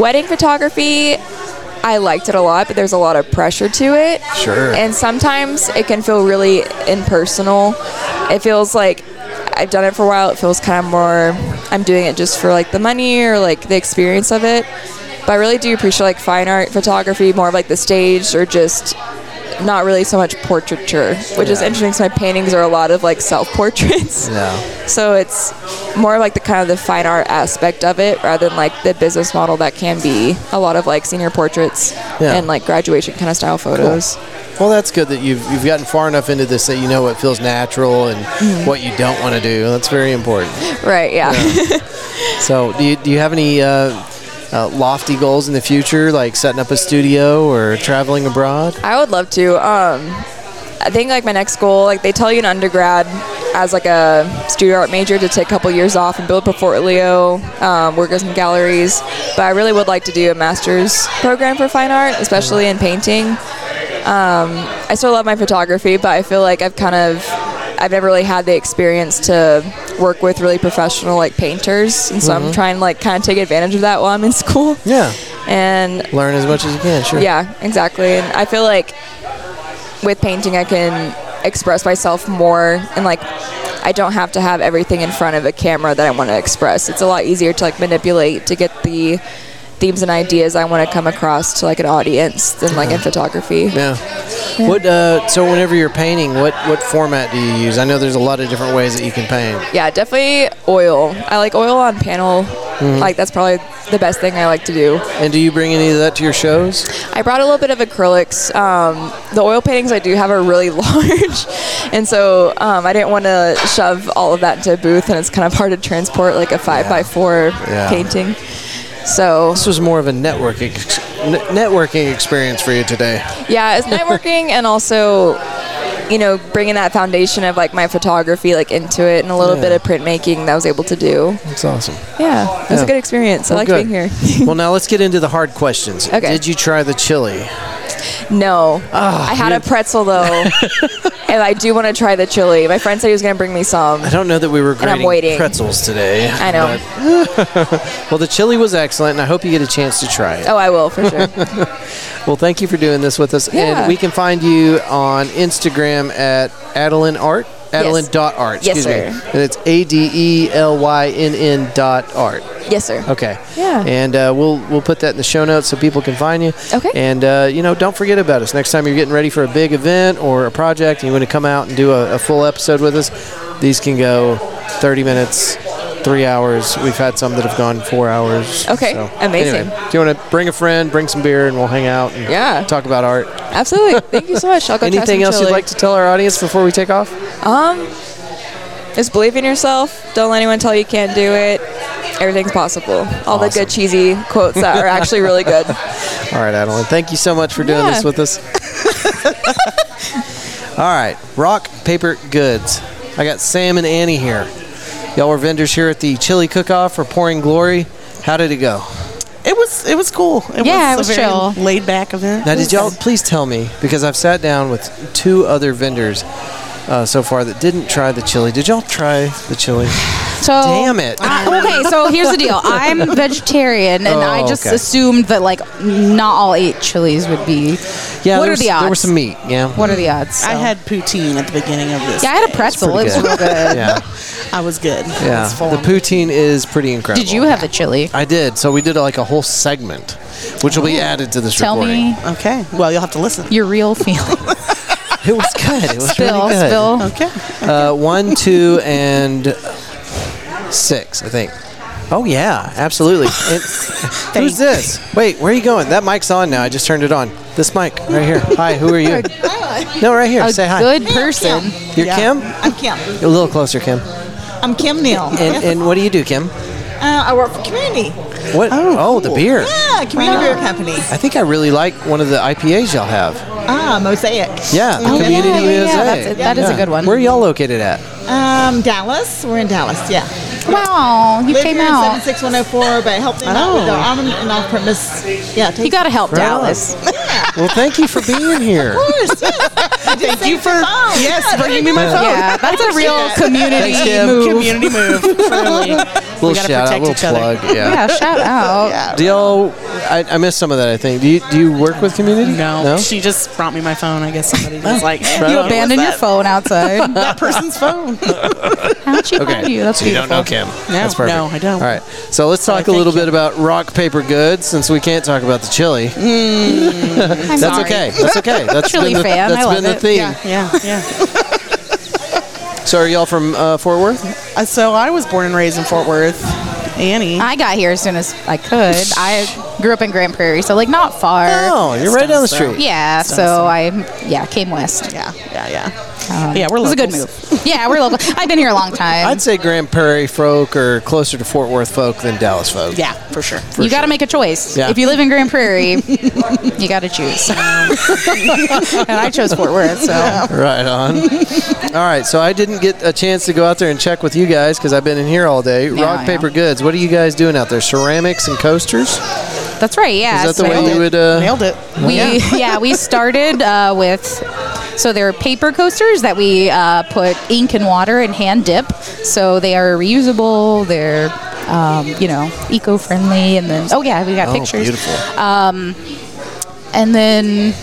wedding photography, I liked it a lot, but there's a lot of pressure to it.
Sure.
And sometimes it can feel really impersonal. It feels like I've done it for a while. It feels kind of more, I'm doing it just for like the money or like the experience of it. But I really do appreciate like fine art photography, more of like the stage or just not really so much portraiture, which is interesting because my paintings are a lot of like self portraits.
Yeah.
So it's more like the kind of the fine art aspect of it rather than like the business model that can be a lot of like senior portraits
Yeah.
and like graduation kind of style photos.
Well, that's good that you've you've gotten far enough into this that you know what feels natural and what you don't want to do. That's very important.
Right, yeah.
So, do you, do you have any uh, uh, lofty goals in the future, like setting up a studio or traveling abroad?
I would love to. Um, I think like my next goal, like they tell you in undergrad as like a studio art major to take a couple years off and build a portfolio, um, work in some galleries. But I really would like to do a master's program for fine art, especially in painting. Um, I still love my photography, but I feel like I've kind of I've never really had the experience to work with really professional like painters, and so I'm trying to like kind of take advantage of that while I'm in school.
Yeah,
And
learn as much as you can. Sure.
yeah, exactly. And I feel like with painting, I can express myself more, and like I don't have to have everything in front of a camera that I want to express. It's a lot easier to like manipulate to get the themes and ideas I want to come across to like an audience than like in photography.
Yeah. What? Uh, so, whenever you're painting, what what format do you use? I know there's a lot of different ways that you can paint.
Yeah, definitely oil. I like oil on panel. Like that's probably the best thing I like to do.
Mm-hmm. And do you bring any of that to your shows?
I brought a little bit of acrylics. Um, the oil paintings I do have are really large, and so um, I didn't want to shove all of that into a booth, and it's kind of hard to transport like a five by four
Yeah.
painting. So
This was more of a networking ex- n- networking experience for you today.
yeah, it's networking and also you know bringing that foundation of like my photography like into it and a little bit of printmaking that I was able to do.
That's awesome.
Yeah, it was
Yeah.
a good experience. I
Well,
like
good.
being here.
well, now let's get into the hard questions.
Okay.
Did you try the chili?
No.
Ah,
I had a pretzel though, and I do want to try the chili. My friend said he was going to bring me some.
I don't know that we were grading
waiting.
pretzels today.
I know.
but- well, the chili was excellent, and I hope you get a chance to try it.
Oh, I will for sure.
Well, thank you for doing this with us.
Yeah.
And we can find you on Instagram at Adeline Art. Adeline dot art.
Yes,
Excuse me.
sir.
And it's A D E L Y N N dot art.
yes, sir.
Okay.
Yeah.
And uh, we'll we'll put that in the show notes so people can find you.
Okay.
And uh, you know, don't forget about us. Next time you're getting ready for a big event or a project, and you want to come out and do a, a full episode with us, these can go 30 minutes, three hours. We've had some that have gone four hours.
Okay. Amazing.
anyway, do you want to bring a friend, bring some beer, and we'll hang out and
Yeah.
talk about art?
Absolutely. Thank you so much. I'll go try
Anything
some
else you'd
chili.
like to tell our audience before we take off?
Um, just believe in yourself. Don't let anyone tell you can't do it. Everything's possible. All the good cheesy quotes that are actually really good.
All right, Adeline. Thank you so much for doing
Yeah.
this with us. All right, rock paper goods. I got Sam and Annie here. Y'all were vendors here at the chili cook-off for Pouring Glory. How did it go?
It was it was cool. It
Yeah,
was
it was
a very
chill.
laid back event.
Now, did y'all please tell me because I've sat down with two other vendors uh, so far that didn't try the chili. Did y'all try the chili?
So
Oh,
Damn it!
I- Uh, okay, so here's the deal. I'm vegetarian, and I
Oh,
just
okay.
assumed that like not all eight chilies would be.
Yeah,
what
there
are
was,
the odds?
There was some meat. Yeah.
What are the odds?
I
So-
had poutine at the beginning of this.
Yeah, I had a pretzel. It
pretty
was real good.
Yeah.
I was good.
Yeah.
It's full
The
on.
poutine is pretty incredible.
Did you have a chili?
I did. So we did like a whole segment, which will be added to this
Oh. Tell
recording.
me
Okay. Well, you'll have to listen.
your real feeling.
It was good. It was
Bill,
really good.
Bill.
Okay.
Uh, one, two, and six, I think. Oh yeah, absolutely. And who's this? Wait, where are you going? That mic's on now. I just turned it on. This mic right here. Hi, who are you? No, right here.
A
Say hi.
good person.
You're
Yeah.
Kim.
I'm Kim.
You're a little closer, Kim.
I'm Kim Neal.
And, and what do you do, Kim?
uh, I work for Community.
What? Oh, the beer.
Yeah, Community Beer Company.
I think I really like one of the IPAs y'all have.
Ah, Mosaic.
Yeah, the
Oh, yeah,
Community
yeah, yeah,
USA.
that's it. That is a good one.
Where are y'all located at?
Um, Dallas. We're in Dallas. Yeah.
Wow, you
Live
came
here in
out.
76104, but help them out with their
Oh.
on and off premise. Yeah. Take
You gotta help
Right on.
Oh, Dallas.
Well, thank you for being here.
Thank you for yes,
Bringing me my phone.
Yeah, that's a real community
Kim.
move.
Community move. Truly.
Little
we gotta
shout out,
protect
little
each other.
plug, yeah. Yeah,
shout out.
yeah.
Do y'all? I, I missed some of that. I think. Do you, do you work with community? No. No.
She just brought me my phone. I guess somebody was like,
Right
You
on.
abandoned your phone outside.
that person's phone.
How'd she
Okay.
find you? That's
so you don't know Kim.
beautiful.
That's perfect.
no, I don't.
All right. So let's talk a little bit about rock paper goods since we can't talk about the chili.
I'm
that's
sorry.
okay. That's okay. That's
Chili
been the,
fan,
that's
I
been
love it.
the theme.
Yeah.
Yeah, yeah.
So are y'all from uh, Fort Worth?
Uh, So I was born and raised in Fort Worth. Annie.
I got here as soon as I could. I grew up in Grand Prairie, so like not far.
Oh, you're right down the street.
Yeah,
It's down
so I yeah came west. Yeah,
yeah, yeah.
Yeah, we're
It was a good
locals.
move. Yeah, we're local. I've been here a long time.
I'd say Grand Prairie folk are closer to Fort Worth folk than Dallas folk.
Yeah, for sure.
you got to make a choice.
Yeah.
If you live in Grand Prairie, you got to choose. and I chose Fort Worth, so
Right on. All right, so I didn't get a chance to go out there and check with you guys because I've been in here all day.
Yeah,
Rock,
I
paper, goods. What are you guys doing out there? Ceramics and coasters?
that's right. Yeah,
Is that the
so-
way you would? Uh,
We
Yeah.
yeah, we started uh, with so they're paper coasters that we uh, put ink and water and hand dip. So they are reusable. They're um, you know eco friendly. And then oh yeah, we got
Oh,
pictures.
beautiful.
Um, and then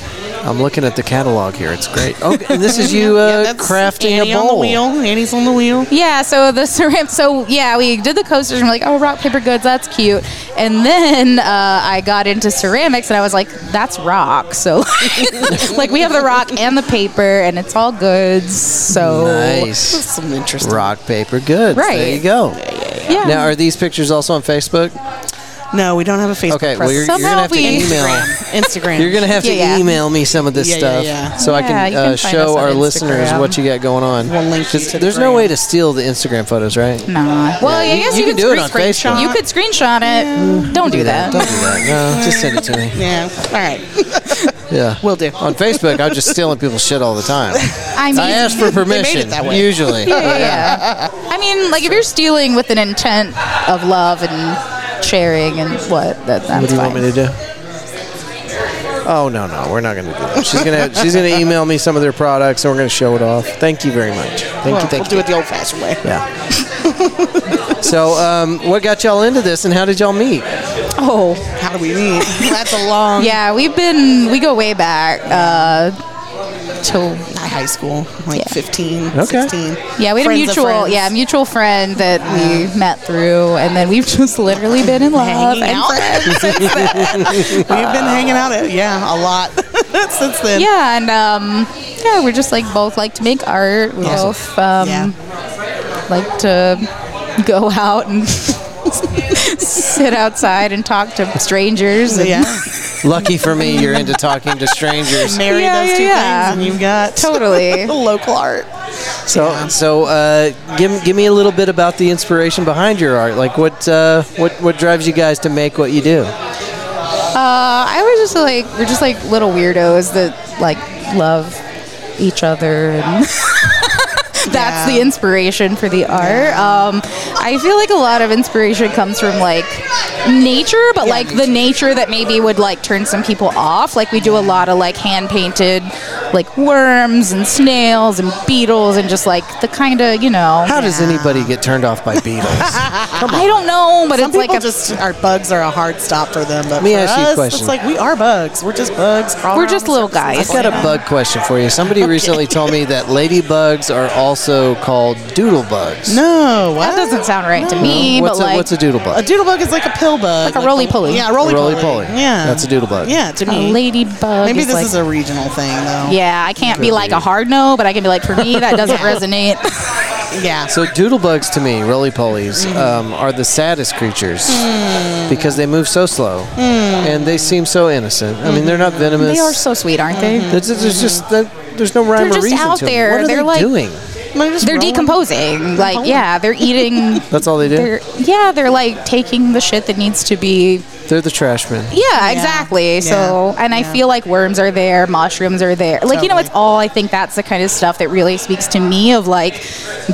I'm looking at the catalog here. It's great. Oh, and this is you uh, crafting
Annie
a
on the
bowl.
wheel. Annie's on the wheel.
yeah, so the ceramic. So yeah, we did the coasters. and we're like, oh, rock paper goods. That's cute. And then uh, I got into ceramics, and I was like, that's rock. So like we have the rock and the paper, and it's all goods. So
Nice.
Some interesting.
Rock, paper, goods. There
Right.
you go.
yeah.
Now, are these pictures also on Facebook?
No, we don't have a Facebook.
Okay, well, you're, you're
Somehow
going to have to
we-
email.
Instagram. Instagram.
You're gonna have to
Yeah, yeah.
email me some of this
Yeah, yeah,
stuff
yeah.
so I
Yeah,
can,
you can
uh,
find
show
us on
our listeners
Instagram.
what you got going on.
We'll link you
'Cause
to the
there's no
gram.
way to steal the Instagram photos, right?
Nah. Well,
Yeah,
I
you-
guess you,
you can
could
do it on
screen-
Facebook.
You could screenshot it. Don't do that.
Don't do that. No, just send it to me.
Yeah. All right.
Yeah,
Will do.
On Facebook, I'm just stealing people's shit all the time.
I mean,
I ask for permission
that way.
usually.
yeah, yeah, yeah. I mean, like if you're stealing with an intent of love and sharing and what, that, that's
What do you
fine.
want me to do? Oh no, no, we're not gonna do that. She's gonna she's gonna email me some of their products and we're gonna show it off. Thank you very much. Thank
Well,
you, thank
we'll do it the old-fashioned way.
you. Yeah. so, um, what got y'all into this, and how did y'all meet?
oh,
How do we meet? That's a long.
yeah, we've been we go way back. Uh, till
My high school, like
Yeah.
15,
Okay.
16.
yeah, we had
Friends
a
of
mutual
friends.
yeah mutual friend that we met through, and then we've just literally been in love
Hanging
and
out.
friends.
We've been hanging out, at, yeah, a lot since then.
Yeah, and um, yeah, we're just like both like to make art. We
Yeah.
both um,
Yeah.
like to go out and sit outside and talk to strangers. And
Yeah.
Lucky for me, you're into talking to strangers.
Marry
Yeah,
those
yeah,
two
yeah.
things, and you've got
Totally.
local art.
So, so uh, give give me a little bit about the inspiration behind your art. Like, what uh, what what drives you guys to make what you do?
Uh, I was just like we're just like little weirdos that like love each other and that's the inspiration for the art. Um, I feel like a lot of inspiration comes from like nature, but like the nature that maybe would like turn some people off. Like we do a lot of like hand painted like worms and snails and beetles and just like the kind of you know.
How does anybody get turned off by Beatles?
I don't know, but
Some
it's like
people
a,
just our bugs are a hard stop for them. But
me
for
ask you a
us,
question.
It's like we are bugs. We're just bugs. crawling
we're
around
just
in
little
circles.
guys.
I've got a bug question for you. Somebody recently told me that ladybugs are also called doodlebugs. Uh,
No, what?
That doesn't sound right to me,
what's
but
a,
like
what's a doodlebug?
A doodle bug is like a pill bug.
Like a roly-poly.
Yeah, a roly
roly
poly.
poly.
Yeah.
that's a doodlebug.
Yeah, to
a
me.
ladybug.
Maybe
is
this
like-
is a regional thing, though.
Yeah, I can't be like a hard no, but I can be like, for me, that doesn't resonate.
Yeah.
So doodlebugs to me, roly polies,
Mm.
um, are the saddest creatures Hmm. because they move so slow and they seem so innocent. I mean, they're not venomous.
Mm. Mm-hmm. they are so sweet, aren't they?
There's, there's just that- there's no rhyme
They're
or
just
reason
out
to 'em.
there.
What are
They're
they
like-
doing?
They're just
They're
rolling.
decomposing. Like, yeah, they're eating.
That's all they do.
They're,
They're,
yeah, they're like taking the shit that needs to be.
the trash men.
Yeah, exactly. So, and I feel like worms are there, mushrooms are there. Like, you know, it's all, I think that's the kind of stuff that really speaks to me of like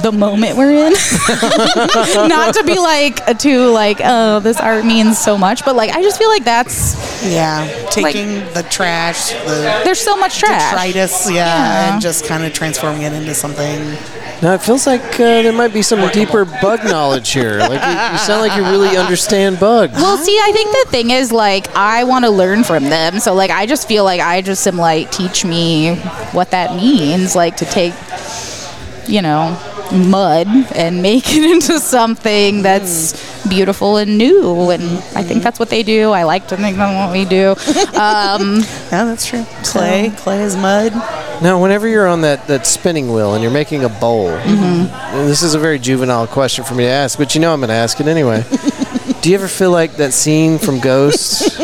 the moment we're in. Not to be like, too, like, oh, this art means so much, but like, I just feel like that's,
Yeah,
Like-
taking the trash, the
there's so much trash.
detritus, yeah,
Yeah.
and just kind of transforming it into something
Now it feels like uh, there might be some deeper bug knowledge here. Like you, you sound like you really understand bugs.
Well, see, I think the thing is, like, I want to learn from them. So, like, I just feel like I just am like, teach me what that means, like, to take, you know, mud and make it into something that's
Hmm.
beautiful and new. And I think that's what they do. I like to think that's what we do. Um,
yeah, that's true. Clay, clay is mud.
Now, whenever you're on that, that spinning wheel and you're making a bowl,
Mhm.
Mm-hmm.
and this is a very juvenile question for me to ask, but you know I'm going to ask it anyway. Do you ever feel like that scene from Ghosts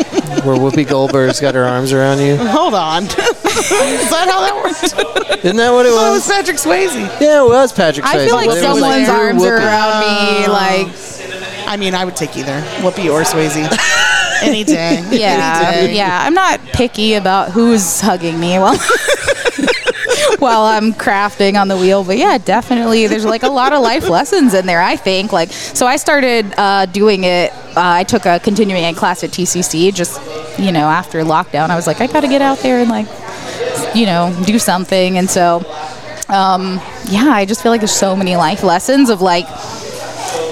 where Whoopi Goldberg's got her arms around you?
Hold on. is that how that worked?
Isn't that what it
Oh, it
was?
was Patrick Swayze.
Yeah, it was Patrick
I
Swayze.
feel like
but it was
someone's
through
arms are
Whoopi.
around me, like.
I mean, I would take either Whoopi or Swayze.
Any day.
Yeah,
Any day.
yeah. I'm not picky about who's hugging me while while I'm crafting on the wheel, but yeah, definitely. There's like a lot of life lessons in there. I think like so. I started uh, doing it. Uh, I took a continuing ed class at TCC. Just you know, after lockdown, I was like, I got to get out there and like you know do something. And so, um, yeah, I just feel like there's so many life lessons of like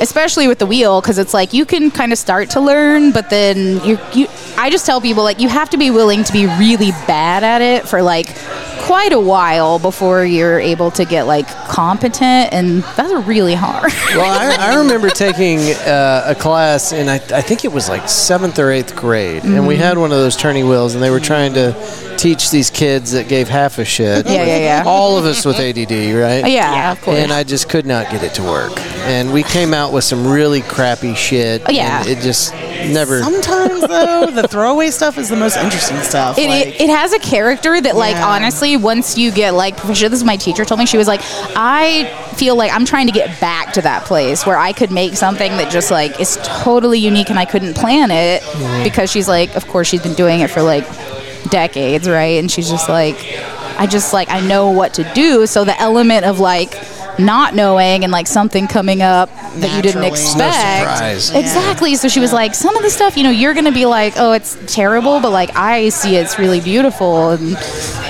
especially with the wheel because it's like you can kind of start to learn but then you, you i just tell people like you have to be willing to be really bad at it for like quite a while before you're able to get like competent and that's really hard
well, I, I remember taking uh, a class in, I, I think it was like seventh or eighth grade, and we
Mhm.
had one of those turning wheels, and they were trying to teach these kids that gave half a shit.
Yeah, yeah, yeah.
All of us with ADD, right?
Yeah, Yeah, of course.
And I just could not get it to work. And we came out with some really crappy shit.
Oh, yeah.
and it just never.
Sometimes though, the throwaway stuff is the most interesting stuff.
It,
like,
it, it has a character that, like, honestly, once you get like proficient, this is my teacher told me she was like, I feel like I'm trying to get back to that place where I could make something that just like is totally unique and I couldn't plan it
Mhm.
because she's like, of course, she's been doing it for like decades, right? And she's just like, I just like I know what to do. So the element of like not knowing and like something coming up that you didn't
Naturally.
expect
No surprise. Yeah.
exactly so she was like some of the stuff you know you're gonna be like oh it's terrible but like i see it's really beautiful and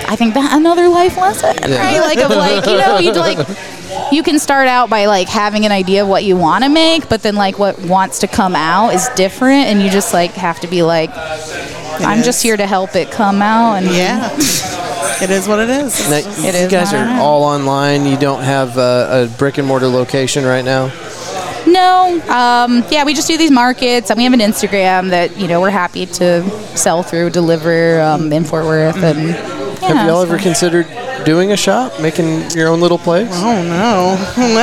i think that another life lesson
Yeah.
right like of like you know you'd like you can start out by like having an idea of what you want to make but then like what wants to come out is different and you just like have to be like i'm
is.
just here to help it come out and
Yeah. it is what it is.
Now, you guys are all online. You don't have uh, a brick and mortar location right now.
No. Um, yeah, we just do these markets, and we have an Instagram that you know we're happy to sell through, deliver um, in Fort Worth, and yeah,
have y'all
so-
ever considered doing a shop, making your own little place?
Oh no,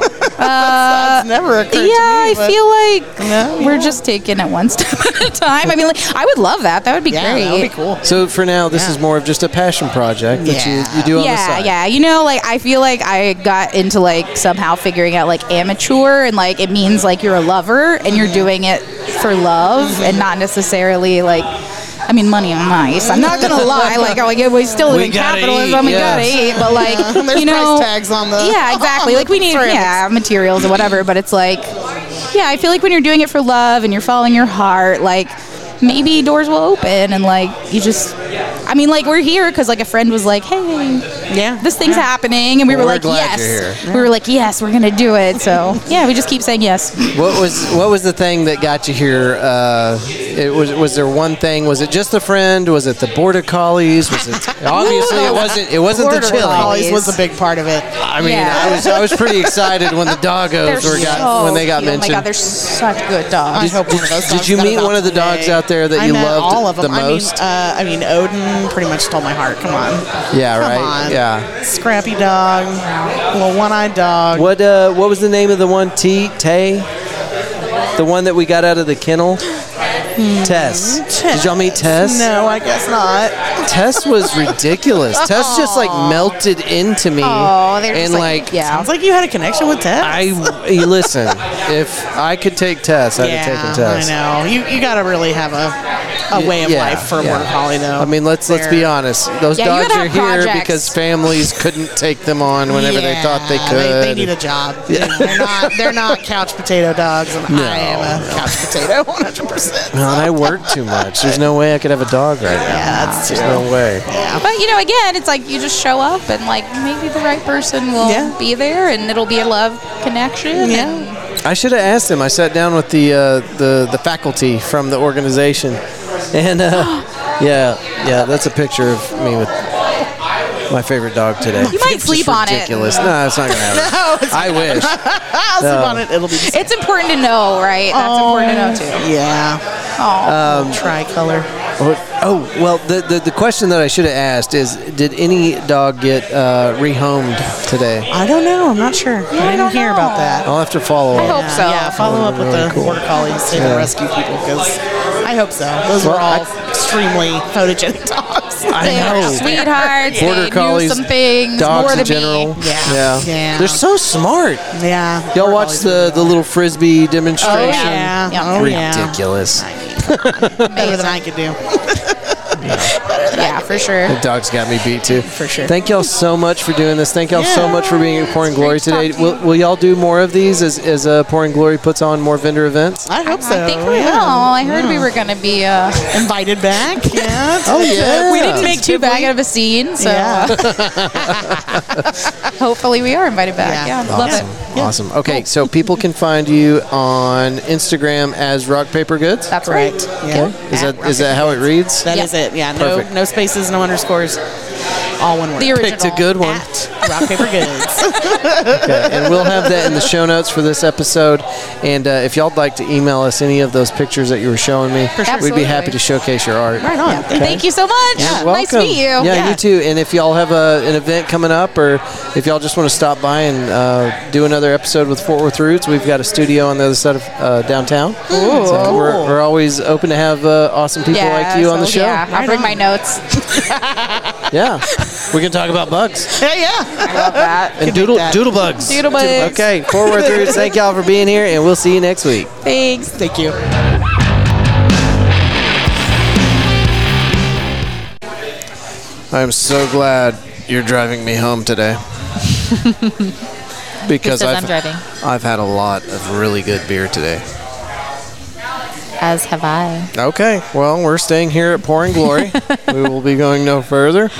no. That's never occurred to
Uh, yeah, I
me, but-
feel like we're just taking it one step at a time. I mean, like I would love that. That would be great.
cool.
So for now, this is more of just a passion project that you, you do on
yeah,
the side.
Yeah, You know, like I feel like I got into like somehow figuring out like amateur and like it means like you're a lover and you're doing it for love
Mm-hmm.
and not necessarily like. I mean, money and nice. I'm not gonna lie. Like, oh, yeah, we still live
We
in
gotta
capitalism.
eat,
we gotta
yes.
eat, but like,
Yeah, there's
you know,
price tags on the-
yeah, exactly.
on
Like, we
the
need
ceramics.
yeah materials or whatever. But it's like, yeah, I feel like when you're doing it for love and you're following your heart, like maybe doors will open and like you just. I mean, like we're here because like a friend was like, "Hey,
yeah,
this thing's happening," and we
Well,
were
we're
like,
glad
"Yes."
you're here.
We were like, "Yes, we're gonna do it." So yeah, we just keep saying yes.
What was what was the thing that got you here? Uh, it was was there one thing? Was it just the friend? Was it the border collies? Was it obviously it wasn't it wasn't the
Border
chili.
Collies was a big part of it.
I mean, I was I was pretty excited when the doggos
They're
were got
so
when they got
cute.
mentioned.
Oh my god, they're such good dogs.
I hope one of those
Did
dogs
you
got
meet one of the
adopted
dogs
today.
out there that
I
you
know,
loved
all of them.
the most?
I mean, uh, I mean, Odin pretty much stole my heart. Come on.
Yeah,
Come
right.
on.
Yeah.
Scrappy dog, little one-eyed dog.
What uh what was the name of the one T Tay? The one that we got out of the kennel? Tess. Did y'all meet Tess?
Hmm. No, I guess not.
Tess was ridiculous. Tess just like melted into me.
Oh, they're
and
just like,
like,
yeah. Sounds like you had a connection with Tess.
I hey, listen, if I could take Tess, I'd
yeah,
have taken Tess.
I know. You you gotta really have a a way of
Yeah,
life for
yeah.
work Holly though.
I mean, let's let's be
They're-
honest. Those
Yeah, you
dogs
gotta
are
have
here
projects.
because families couldn't take them on whenever they thought they
Yeah,
could.
They, need a job. They're not they're not couch potato dogs and
No,
I am a couch potato one hundred percent.
No, and I work too much. There's no way I could have a dog right now. Yeah,
that's
There's
true.
no way.
But you know, again, it's like you just show up and like maybe the right person will be there and it'll be a love connection. Yeah.
I should have asked him. I sat down with the uh, the the faculty from the organization, and uh, yeah, yeah, that's a picture of me with
Oh,
my favorite dog today.
You might
It's just
sleep on it.
ridiculous. No, it's not gonna happen. I wish.
I'll
sleep No. on it.
It'll be.
It's important to know, right? That's important to know too.
Yeah.
Oh.
tricolor.
Oh, Um, oh, well, the, the the question that I should have asked is, did any dog get uh, rehomed today?
I don't know. I'm not sure. I didn't hear about that.
I'll have to follow up.
yeah, Yeah, follow up with the border collies and
Yeah.
the rescue people because I hope so. Those were all extremely photogenic dogs.
I know.
sweethearts.
Oh. Border
they knew
collies,
some things
dogs
more
in
than
general.
me.
Yeah.
Yeah.
They're so smart.
Yeah.
Y'all watch the, the little frisbee demonstration.
Oh, yeah. Yeah. Oh, yeah.
Ridiculous.
Better than I could do.
Yeah, for sure.
The dog's got me beat too.
For sure.
Thank y'all so much for doing this. Thank y'all so
Yeah.
much for being at Pouring Glory today. Will, will y'all do more of these as, as uh, Pouring Glory puts on more vendor events?
I hope so.
I think we
yeah.
will. I heard we were going to be uh,
invited back. Yeah.
Oh, yeah.
We didn't make too bad out of a scene, so uh, hopefully we are invited back. Yeah, love
awesome.
it.
Awesome. Okay, so people can find you on Instagram as Rock Paper Goods.
That's
Correct. Yeah.
Is that is that how it reads?
That is it. Yeah. No,
Perfect.
no spaces, no underscores. All one word.
The Picked a original. good one.
At rock paper goods.
Okay, and we'll have that in the show notes for this episode. And uh, if y'all would like to email us any of those pictures that you were showing me,
For sure.
we'd be happy
Absolutely.
to showcase your art.
Right on.
Okay.
Thank you so much.
You're
Nice to
welcome.
meet you.
Yeah, you too. And if y'all have a, an event coming up, or if y'all just want to stop by and uh, do another episode with Fort Worth Roots, we've got a studio on the other side of uh, downtown.
Ooh.
So we're, we're always open to have uh, awesome people
Yeah,
like you on
so,
the show.
Yeah, I'll bring my notes.
Yeah. we can talk about bugs.
Hey, yeah.
I love that.
and doodle doodle bugs.
Doodle bugs.
Okay, forward through. Thank y'all for being here, and we'll see you next week.
Thanks.
Thank you.
I'm so glad you're driving me home today because
Because
I've,
I'm driving.
I've had a lot of really good beer today.
As have I.
Okay, well, we're staying here at Pouring Glory. we will be going no further.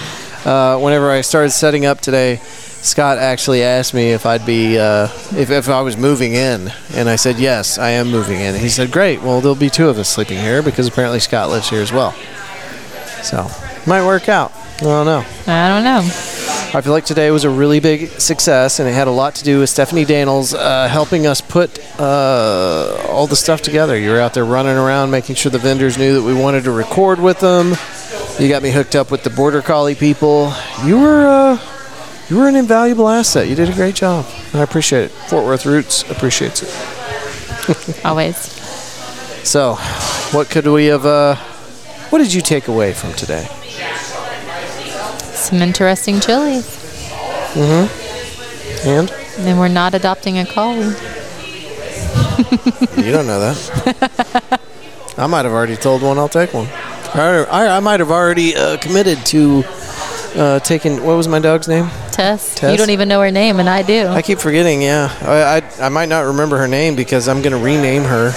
Uh, whenever I started setting up today, Scott actually asked me if I'd be uh, if, if I was moving in, and I said yes, I am moving in. He said, "Great, well, there'll be two of us sleeping here because apparently Scott lives here as well." So might work out. I don't know.
I don't know.
I feel like today was a really big success, and it had a lot to do with Stephanie Daniels uh, helping us put uh, all the stuff together. You were out there running around, making sure the vendors knew that we wanted to record with them. You got me hooked up with the border collie people. You were uh, you were an invaluable asset. You did a great job. I appreciate it. Fort Worth Roots appreciates it.
Always.
So, what could we have? Uh, what did you take away from today?
Some interesting chilies.
Mm-hmm. And
And we're not adopting a collie.
You don't know that. I might have already told one I'll take one. I, I, I might have already uh, committed to uh, taking. What was my dog's name?
Tess,
Tess?
you don't even know her name, and I do.
I keep forgetting. Yeah, I, I, I might not remember her name because I'm gonna rename her.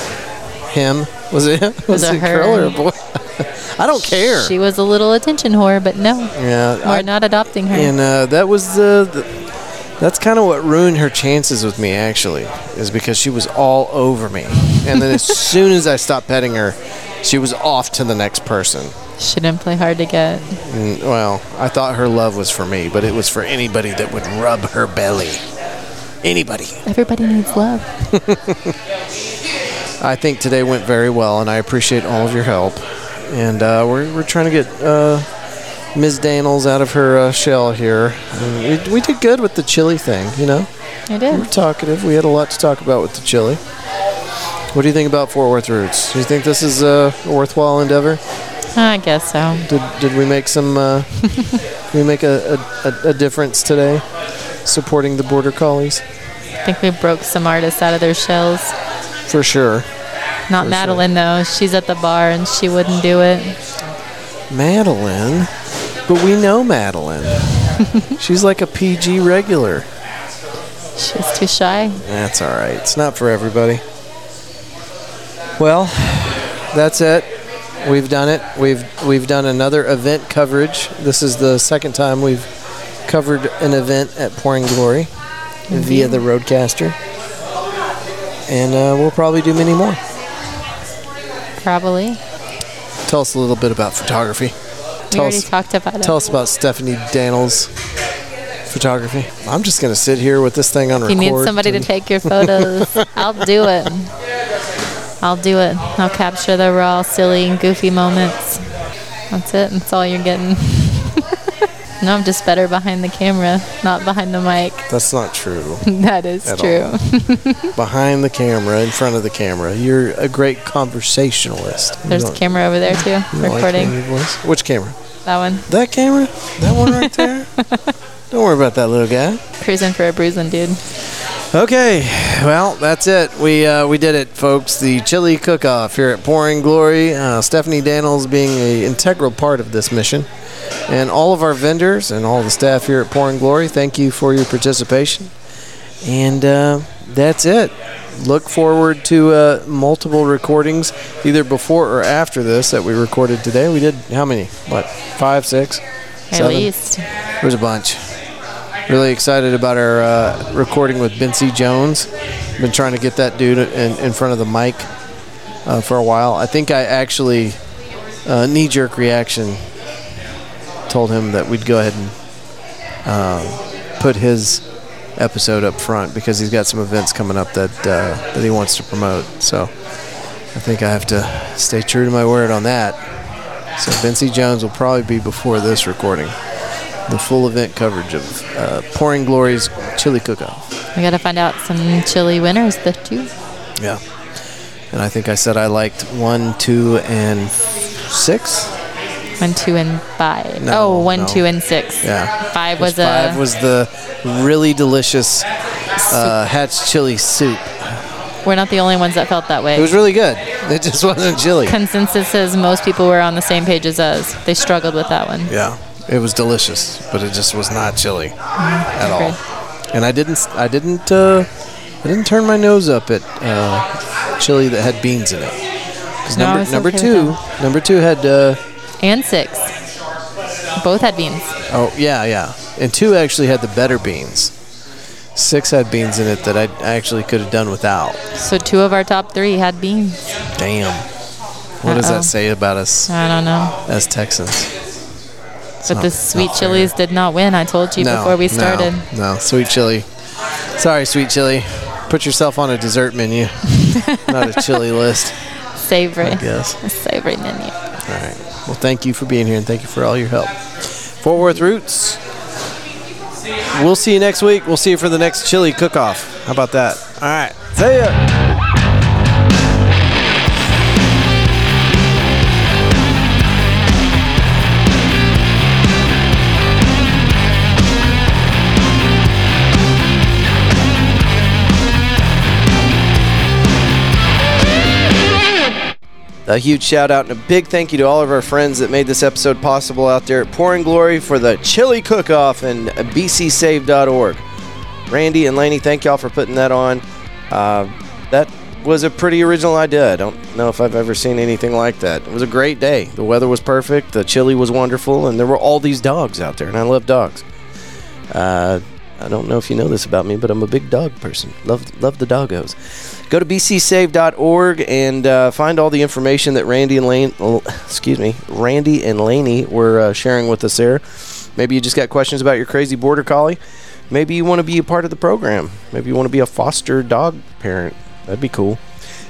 Him was it? Was,
Was it
it girl
her?
or a boy? I don't care.
She was a little attention whore, but no,
yeah,
we're
I,
not adopting her.
and uh, that was the. the that's kind of what ruined her chances with me, actually, is because she was all over me. And then as soon as I stopped petting her, she was off to the next person.
She didn't play hard to get.
Mm, Well, I thought her love was for me, but it was for anybody that would rub her belly. Anybody.
Everybody needs love.
I think today went very well, and I appreciate all of your help. And uh, we're, we're trying to get uh, Ms. Daniels out of her uh, shell here. And we, we did good with the chili thing, you know?
I
We
did.
were talkative. We had a lot to talk about with the chili. What do you think about Fort Worth Roots? Do you think this is uh, a worthwhile endeavor?
I guess so.
Did, did we make some? Uh, did we make a, a, a, a difference today, supporting the border collies
I think we broke some artists out of their shells.
for sure.
Not
For
Madeline though. She's at the bar and she wouldn't do it.
Madeline? But we know Madeline. She's like a PG regular.
She's too shy.
That's all right. It's not for everybody. Well, that's it. We've done it. We've we've done another event coverage. This is the second time we've covered an event at Pouring Glory via the Roadcaster, and uh, we'll probably do many more.
Probably.
Tell us a little bit about photography.
We
Tell
already
us,
talked about it.
Tell us about Stephanie Daniels' photography. I'm just gonna sit here with this thing on
If you
record.
need somebody to
and-
take your photos, I'll do it. I'll do it. I'll capture the raw, silly, and goofy moments. That's it. That's all you're getting. no, I'm just better behind the camera, not behind the mic.
That's not true.
That is
At
true.
all. Behind the camera, in front of the camera, you're a great conversationalist. You
There's a
don't-
camera over there too,
you don't like
recording.
hearing your voice? Which camera?
that one.
That camera? That one right there? Don't worry about that little guy.
Cruising for a bruising, dude.
Okay, well that's it. We uh, we did it, folks. The chili cook-off here at Pouring Glory. Uh, Stephanie Daniels being an integral part of this mission, and all of our vendors and all the staff here at Pouring Glory. Thank you for your participation, and uh, that's it. Look forward to uh, multiple recordings, either before or after this that we recorded today. We did how many? What five, six,
At
seven?
least.
There's a bunch. Really excited about our uh, recording with Bency Jones. Been trying to get that dude in, in front of the mic uh, for a while. I think I actually uh, knee jerk reaction told him that we'd go ahead and uh, put his episode up front because he's got some events coming up that uh, that he wants to promote. So I think I have to stay true to my word on that. So Bency Jones will probably be before this recording. The full event coverage of uh, Pouring Glory's Chili Cook-Off.
We gotta find out some chili winners that too.
Yeah. And I think I said I liked one, two, and f- six.
One, two, and five.
No,
oh, one,
no.
two, and six.
Yeah.
Five
Which
was a.
five was the really delicious uh, Hatch chili soup.
we're not the only ones that felt that way.
It was really good. It just wasn't chili.
Consensus says most people were on the same page as us. They struggled with that one.
Yeah, it was delicious, but it just was not chili at
agree.
all. And I didn't, I didn't, uh, I didn't turn my nose up at uh, chili that had beans in it. 'Cause
No, I
number
was
number
okay with
two, number two had. Uh,
And six. Both had beans.
Oh yeah, yeah. And two actually had the better beans. Six had beans in it that I I actually could have done without.
So two of our top three had beans.
Damn. What does
Uh-oh.
that say about us
I don't know.
as Texans?
But
not-
the sweet
not fair.
chilies did not win. I told you before we started.
No, sweet chili. Sorry, sweet chili. Put yourself on a dessert menu, not a chili list.
Savory.
I guess.
A savory menu.
All right. Well, thank you for being here and thank you for all your help. Fort Worth Roots. We'll see you next week. We'll see you for the next chili cook off. How about that? All right. See ya.
A huge shout out and a big thank you to all of our friends that made this episode possible out there at Pouring Glory for the Chili Cook Off and bcsave.org. Randy and Laney, thank y'all for putting that on. Uh, that was a pretty original idea. I don't know if I've ever seen anything like that. It was a great day. The weather was perfect, the chili was wonderful, and there were all these dogs out there, and I love dogs. Uh, I don't know if you know this about me, but I'm a big dog person. Love love the doggos. Go to bcsave.org and uh, find all the information that Randy and Lane, l- excuse me, Randy and Laney were uh, sharing with us there. Maybe you just got questions about your crazy border collie. Maybe you want to be a part of the program. Maybe you want to be a foster dog parent. That'd be cool.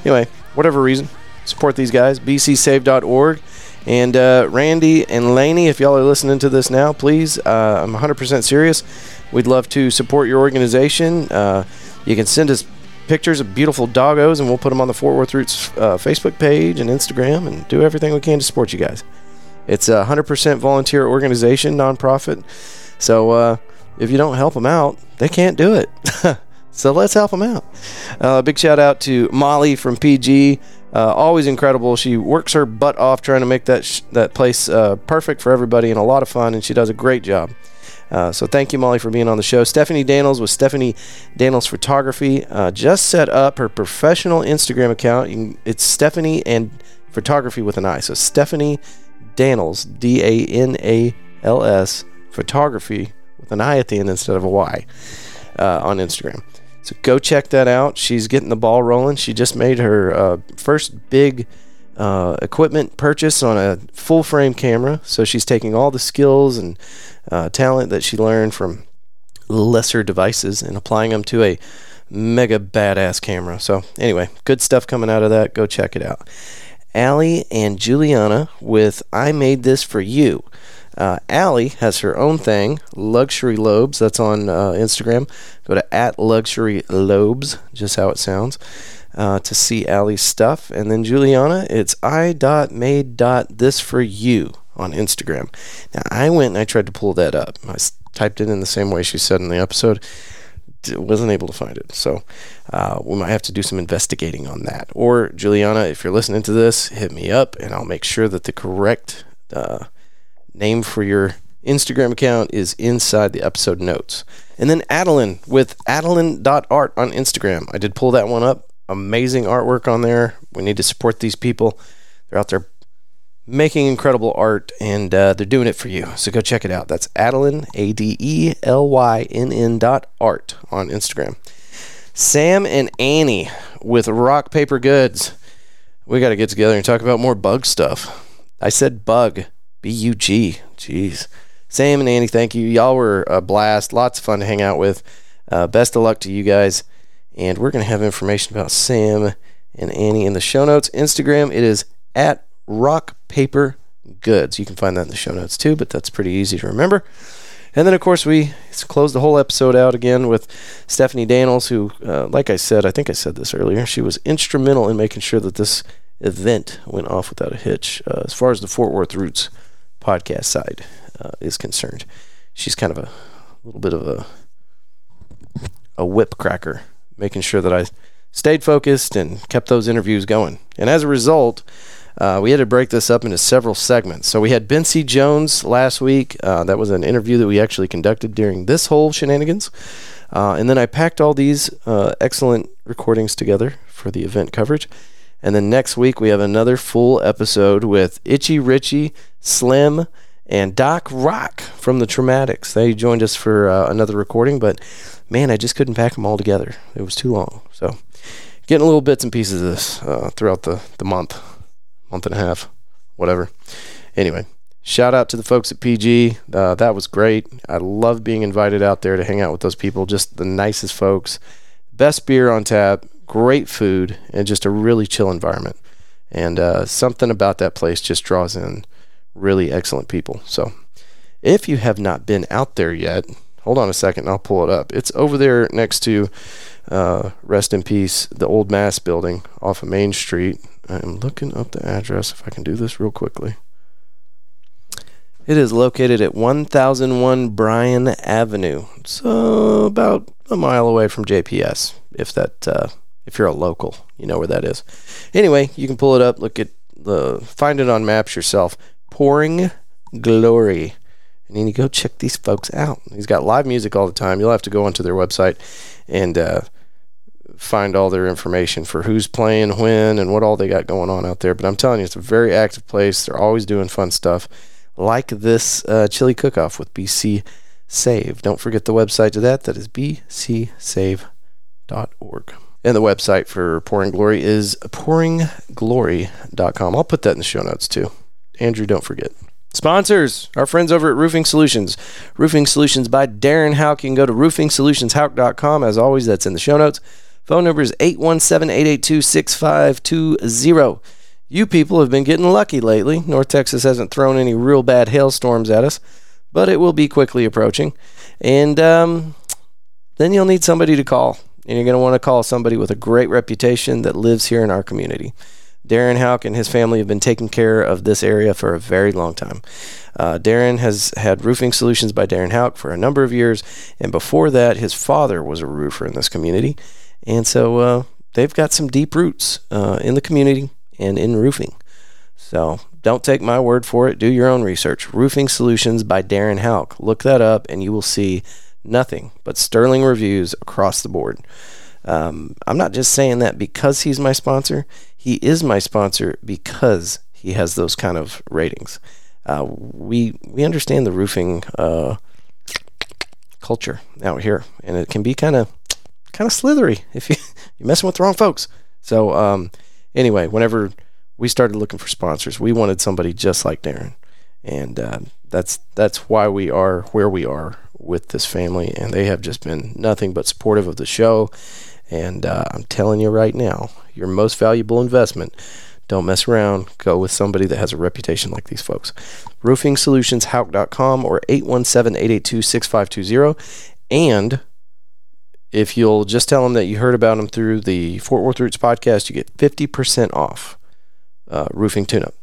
Anyway, whatever reason, support these guys. bcsave.org. And uh, Randy and Laney, if y'all are listening to this now, please, uh, I'm 100% serious. We'd love to support your organization. Uh, you can send us pictures of beautiful doggos, and we'll put them on the Fort Worth Roots uh, Facebook page and Instagram and do everything we can to support you guys. It's a 100% volunteer organization, nonprofit. So uh, if you don't help them out, they can't do it. so let's help them out. Uh, big shout out to Molly from PG, Uh, always incredible. She works her butt off trying to make that sh- that place uh, perfect for everybody and a lot of fun, and she does a great job. Uh, so thank you, Molly, for being on the show. Stephanie Daniels with Stephanie Daniels Photography uh, just set up her professional Instagram account. You can, it's Stephanie and Photography with an I. So Stephanie Daniels, D A N A L S, Photography with an I at the end instead of a Y uh, on Instagram. So go check that out. She's getting the ball rolling. She just made her uh, first big uh, equipment purchase on a full frame camera. So she's taking all the skills and uh, talent that she learned from lesser devices and applying them to a mega badass camera. So, anyway, good stuff coming out of that. Go check it out. Allie and Juliana with I Made This For You. Uh, Allie has her own thing, Luxury Lobes. That's on uh, Instagram. Go to at Luxury Lobes, just how it sounds, uh, to see Allie's stuff. And then Juliana, it's I dot made dot this for you on Instagram. Now I went and I tried to pull that up. I s- typed it in the same way she said in the episode. D- wasn't able to find it. So uh, we might have to do some investigating on that. Or Juliana, if you're listening to this, hit me up and I'll make sure that the correct uh, name for your Instagram account is inside the episode notes. And then Adeline with adeline.art on Instagram. I did pull that one up. Amazing artwork on there. We need to support these people. They're out there making incredible art and uh, they're doing it for you. So go check it out. That's Adeline, A D E L Y N N dot art on Instagram. Sam and Annie with Rock Paper Goods. We got to get together and talk about more bug stuff. I said bug, B U G. Jeez. Sam and Annie, thank you. Y'all were a blast. Lots of fun to hang out with. Uh, best of luck to you guys. And we're going to have information about Sam and Annie in the show notes. Instagram, it is at Rock Paper Goods. You can find that in the show notes too, but that's pretty easy to remember. And then, of course, we s- closed the whole episode out again with Stephanie Daniels, who, uh, like I said, I think I said this earlier, she was instrumental in making sure that this event went off without a hitch uh, as far as the Fort Worth Roots podcast side uh, is concerned. She's kind of a little bit of a a whip cracker, making sure that I stayed focused and kept those interviews going. And as a result, uh, we had to break this up into several segments. So we had Ben C. Jones last week. Uh, that was an interview that we actually conducted during this whole shenanigans. Uh, and then I packed all these uh, excellent recordings together for the event coverage. And then next week we have another full episode with Itchy Richie, Slim, and Doc Rock from the Traumatics. They joined us for uh, another recording, but man, I just couldn't pack them all together. It was too long. So, getting little bits and pieces of this uh, throughout the, the month, month and a half, whatever. Anyway, shout out to the folks at PG. Uh, that was great. I love being invited out there to hang out with those people. Just the nicest folks, best beer on tap, great food, and just a really chill environment. And uh, something about that place just draws in really excellent people. So, if you have not been out there yet, hold on a second, I'll pull it up. It's over there next to uh, Rest in Peace, the old Mass building off of Main Street. I'm looking up the address if I can do this real quickly. It is located at 1001 Bryan Avenue. So about a mile away from JPS, if that uh, if you're a local, you know where that is. Anyway, you can pull it up, look at the find it on maps yourself. Pouring Glory. And you need to go check these folks out. He's got live music all the time. You'll have to go onto their website and uh, find all their information for who's playing when and what all they got going on out there. But I'm telling you, it's a very active place. They're always doing fun stuff like this uh, chili cook off with BC Save. Don't forget the website to that. That is bcsave.org. And the website for Pouring Glory is pouringglory.com. I'll put that in the show notes too. Andrew, don't forget. Sponsors, our friends over at Roofing Solutions. Roofing Solutions by Darren Houck. You can go to roofingsolutionshauk.com. As always, that's in the show notes. Phone number is 817 882 6520. You people have been getting lucky lately. North Texas hasn't thrown any real bad hailstorms at us, but it will be quickly approaching. And um, then you'll need somebody to call. And you're going to want to call somebody with a great reputation that lives here in our community. Darren Houck and his family have been taking care of this area for a very long time. Uh, Darren has had roofing solutions by Darren Houck for a number of years, and before that, his father was a roofer in this community. And so uh, they've got some deep roots uh, in the community and in roofing. So don't take my word for it. Do your own research. Roofing Solutions by Darren Hauk. Look that up, and you will see nothing but sterling reviews across the board. Um, I'm not just saying that because he's my sponsor. He is my sponsor because he has those kind of ratings. Uh, we we understand the roofing uh, culture out here, and it can be kind of kind of slithery if you you're messing with the wrong folks. So um, anyway, whenever we started looking for sponsors, we wanted somebody just like Darren, and uh, that's that's why we are where we are with this family, and they have just been nothing but supportive of the show. And uh, I'm telling you right now, your most valuable investment. Don't mess around. Go with somebody that has a reputation like these folks. RoofingSolutionsHauk.com or 817-882-6520. And if you'll just tell them that you heard about them through the Fort Worth Roots podcast, you get 50% off uh, roofing tune-up.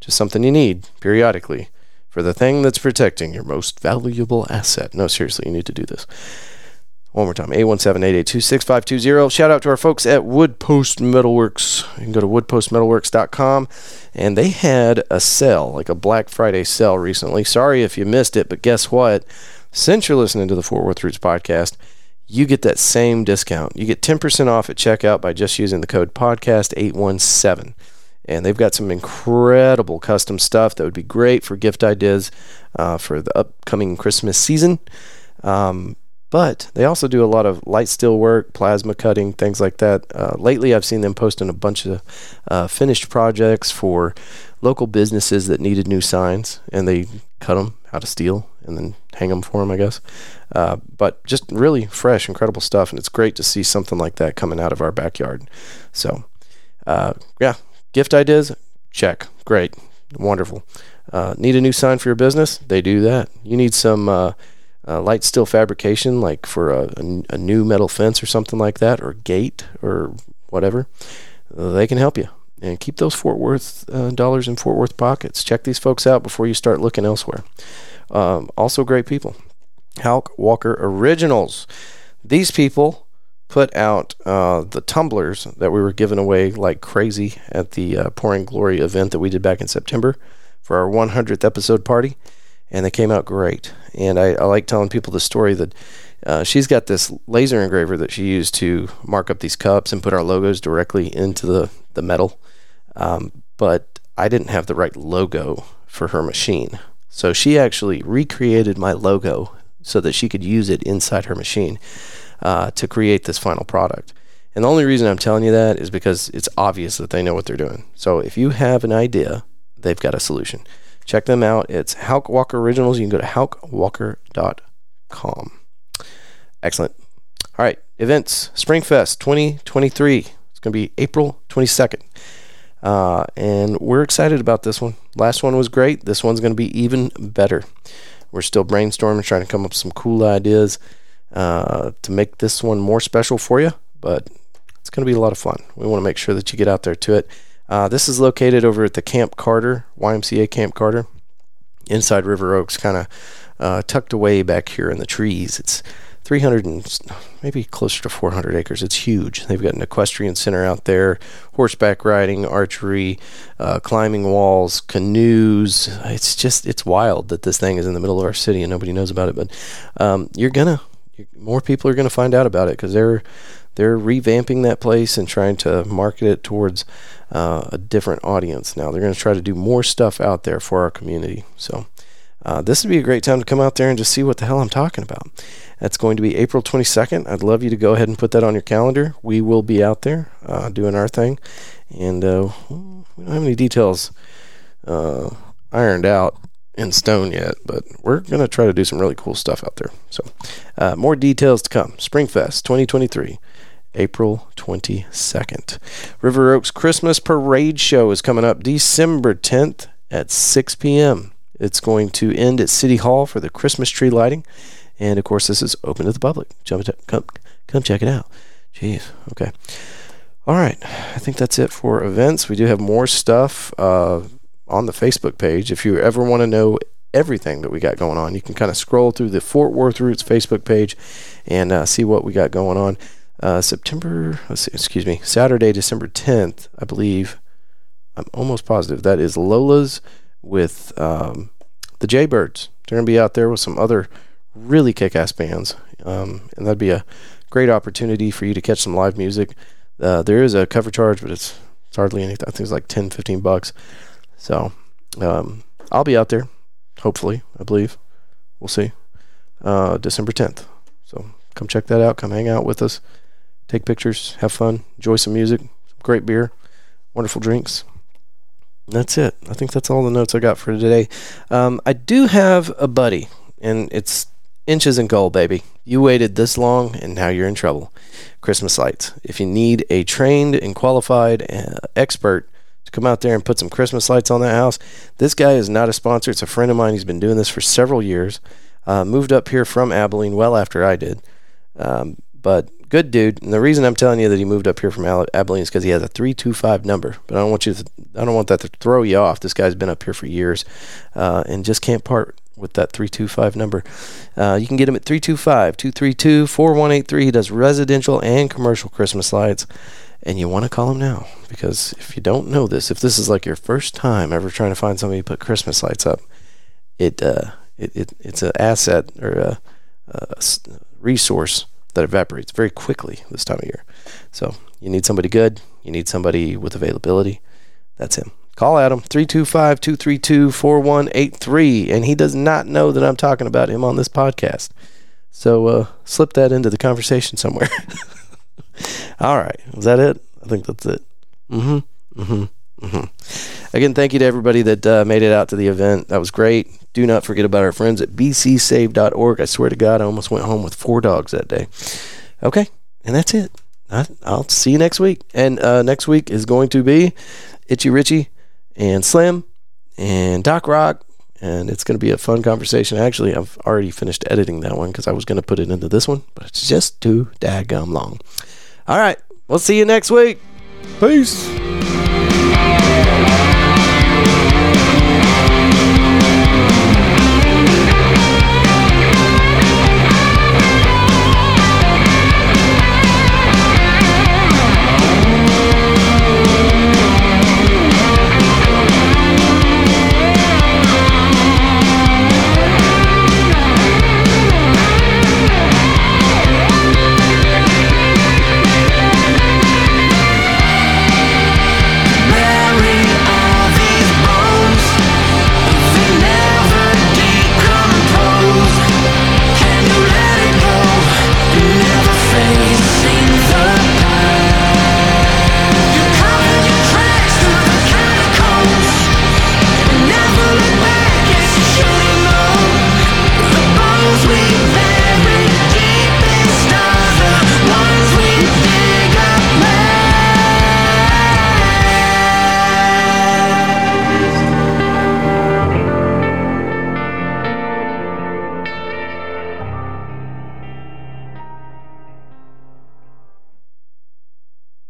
Just something you need periodically for the thing that's protecting your most valuable asset. No, seriously, you need to do this. One more time, 817-882-6520. Shout out to our folks at Woodpost Metalworks. You can go to woodpostmetalworks.com. And they had a sale, like a Black Friday sale recently. Sorry if you missed it, but guess what? Since you're listening to the Fort Worth Roots podcast, you get that same discount. You get 10% off at checkout by just using the code podcast817. And they've got some incredible custom stuff that would be great for gift ideas uh, for the upcoming Christmas season. Um, but they also do a lot of light steel work, plasma cutting, things like that. Uh, lately, I've seen them posting a bunch of uh, finished projects for local businesses that needed new signs, and they cut them out of steel and then hang them for them, I guess. Uh, but just really fresh, incredible stuff, and it's great to see something like that coming out of our backyard. So, uh, yeah, gift ideas, check, great, wonderful. Uh, need a new sign for your business? They do that. You need some. Uh, uh, light steel fabrication, like for a, a n- a new metal fence or something like that, or gate or whatever, uh, they can help you. And keep those Fort Worth uh, dollars in Fort Worth pockets. Check these folks out before you start looking elsewhere. Um, also, great people. Halk Walker Originals. These people put out uh, the tumblers that we were giving away like crazy at the uh, Pouring Glory event that we did back in September for our 100th episode party and they came out great. And I, I like telling people the story that uh, she's got this laser engraver that she used to mark up these cups and put our logos directly into the, the metal. Um, but I didn't have the right logo for her machine. So she actually recreated my logo so that she could use it inside her machine uh, to create this final product. And the only reason I'm telling you that is because it's obvious that they know what they're doing. So if you have an idea, they've got a solution check them out. It's Hauk Walker Originals. You can go to haukwalker.com. Excellent. All right, events Springfest 2023. It's going to be April 22nd. Uh, and we're excited about this one. Last one was great. This one's going to be even better. We're still brainstorming, trying to come up with some cool ideas uh, to make this one more special for you, but it's going to be a lot of fun. We want to make sure that you get out there to it. Uh, this is located over at the Camp Carter, YMCA Camp Carter, inside River Oaks, kind of uh, tucked away back here in the trees. It's 300 and s- maybe closer to 400 acres. It's huge. They've got an equestrian center out there, horseback riding, archery, uh, climbing walls, canoes. It's just, it's wild that this thing is in the middle of our city and nobody knows about it. But um, you're going to, more people are going to find out about it because they're they're revamping that place and trying to market it towards uh, a different audience now. They're going to try to do more stuff out there for our community. So, uh, this would be a great time to come out there and just see what the hell I'm talking about. That's going to be April 22nd. I'd love you to go ahead and put that on your calendar. We will be out there uh, doing our thing. And uh, we don't have any details uh, ironed out in stone yet, but we're going to try to do some really cool stuff out there. So, uh, more details to come. Springfest 2023. April 22nd. River Oaks Christmas Parade Show is coming up December 10th at 6 p.m. It's going to end at City Hall for the Christmas tree lighting. And of course, this is open to the public. Jump, it- come, come check it out. Jeez. Okay. All right. I think that's it for events. We do have more stuff uh, on the Facebook page. If you ever want to know everything that we got going on, you can kind of scroll through the Fort Worth Roots Facebook page and uh, see what we got going on. Uh, September, let's see, excuse me, Saturday, December 10th, I believe. I'm almost positive that is Lola's with um, the Jaybirds. They're going to be out there with some other really kick ass bands. Um, and that'd be a great opportunity for you to catch some live music. Uh, there is a cover charge, but it's, it's hardly anything. I think it's like 10, 15 bucks. So um, I'll be out there, hopefully, I believe. We'll see. Uh, December 10th. So come check that out. Come hang out with us. Take pictures. Have fun. Enjoy some music. Some great beer. Wonderful drinks. That's it. I think that's all the notes I got for today. Um, I do have a buddy, and it's inches and gold, baby. You waited this long, and now you're in trouble. Christmas lights. If you need a trained and qualified uh, expert to come out there and put some Christmas lights on that house, this guy is not a sponsor. It's a friend of mine. He's been doing this for several years. Uh, moved up here from Abilene well after I did. Um, but good dude. And the reason I'm telling you that he moved up here from Al- Abilene is because he has a three two five number. But I don't want you. To, I don't want that to throw you off. This guy's been up here for years, uh, and just can't part with that three two five number. Uh, you can get him at 325-232-4183. He does residential and commercial Christmas lights. And you want to call him now because if you don't know this, if this is like your first time ever trying to find somebody to put Christmas lights up, it uh, it, it it's an asset or a, a s- resource that evaporates very quickly this time of year. So you need somebody good. You need somebody with availability. That's him. Call Adam 325 232 4183. And he does not know that I'm talking about him on this podcast. So uh, slip that into the conversation somewhere. All right. Is that it? I think that's it. Mm hmm. Mm hmm. Mm-hmm. Again, thank you to everybody that uh, made it out to the event. That was great. Do not forget about our friends at bcsave.org. I swear to God, I almost went home with four dogs that day. Okay, and that's it. I, I'll see you next week. And uh, next week is going to be Itchy Richie and Slim and Doc Rock. And it's going to be a fun conversation. Actually, I've already finished editing that one because I was going to put it into this one, but it's just too daggum long. All right, we'll see you next week. Peace.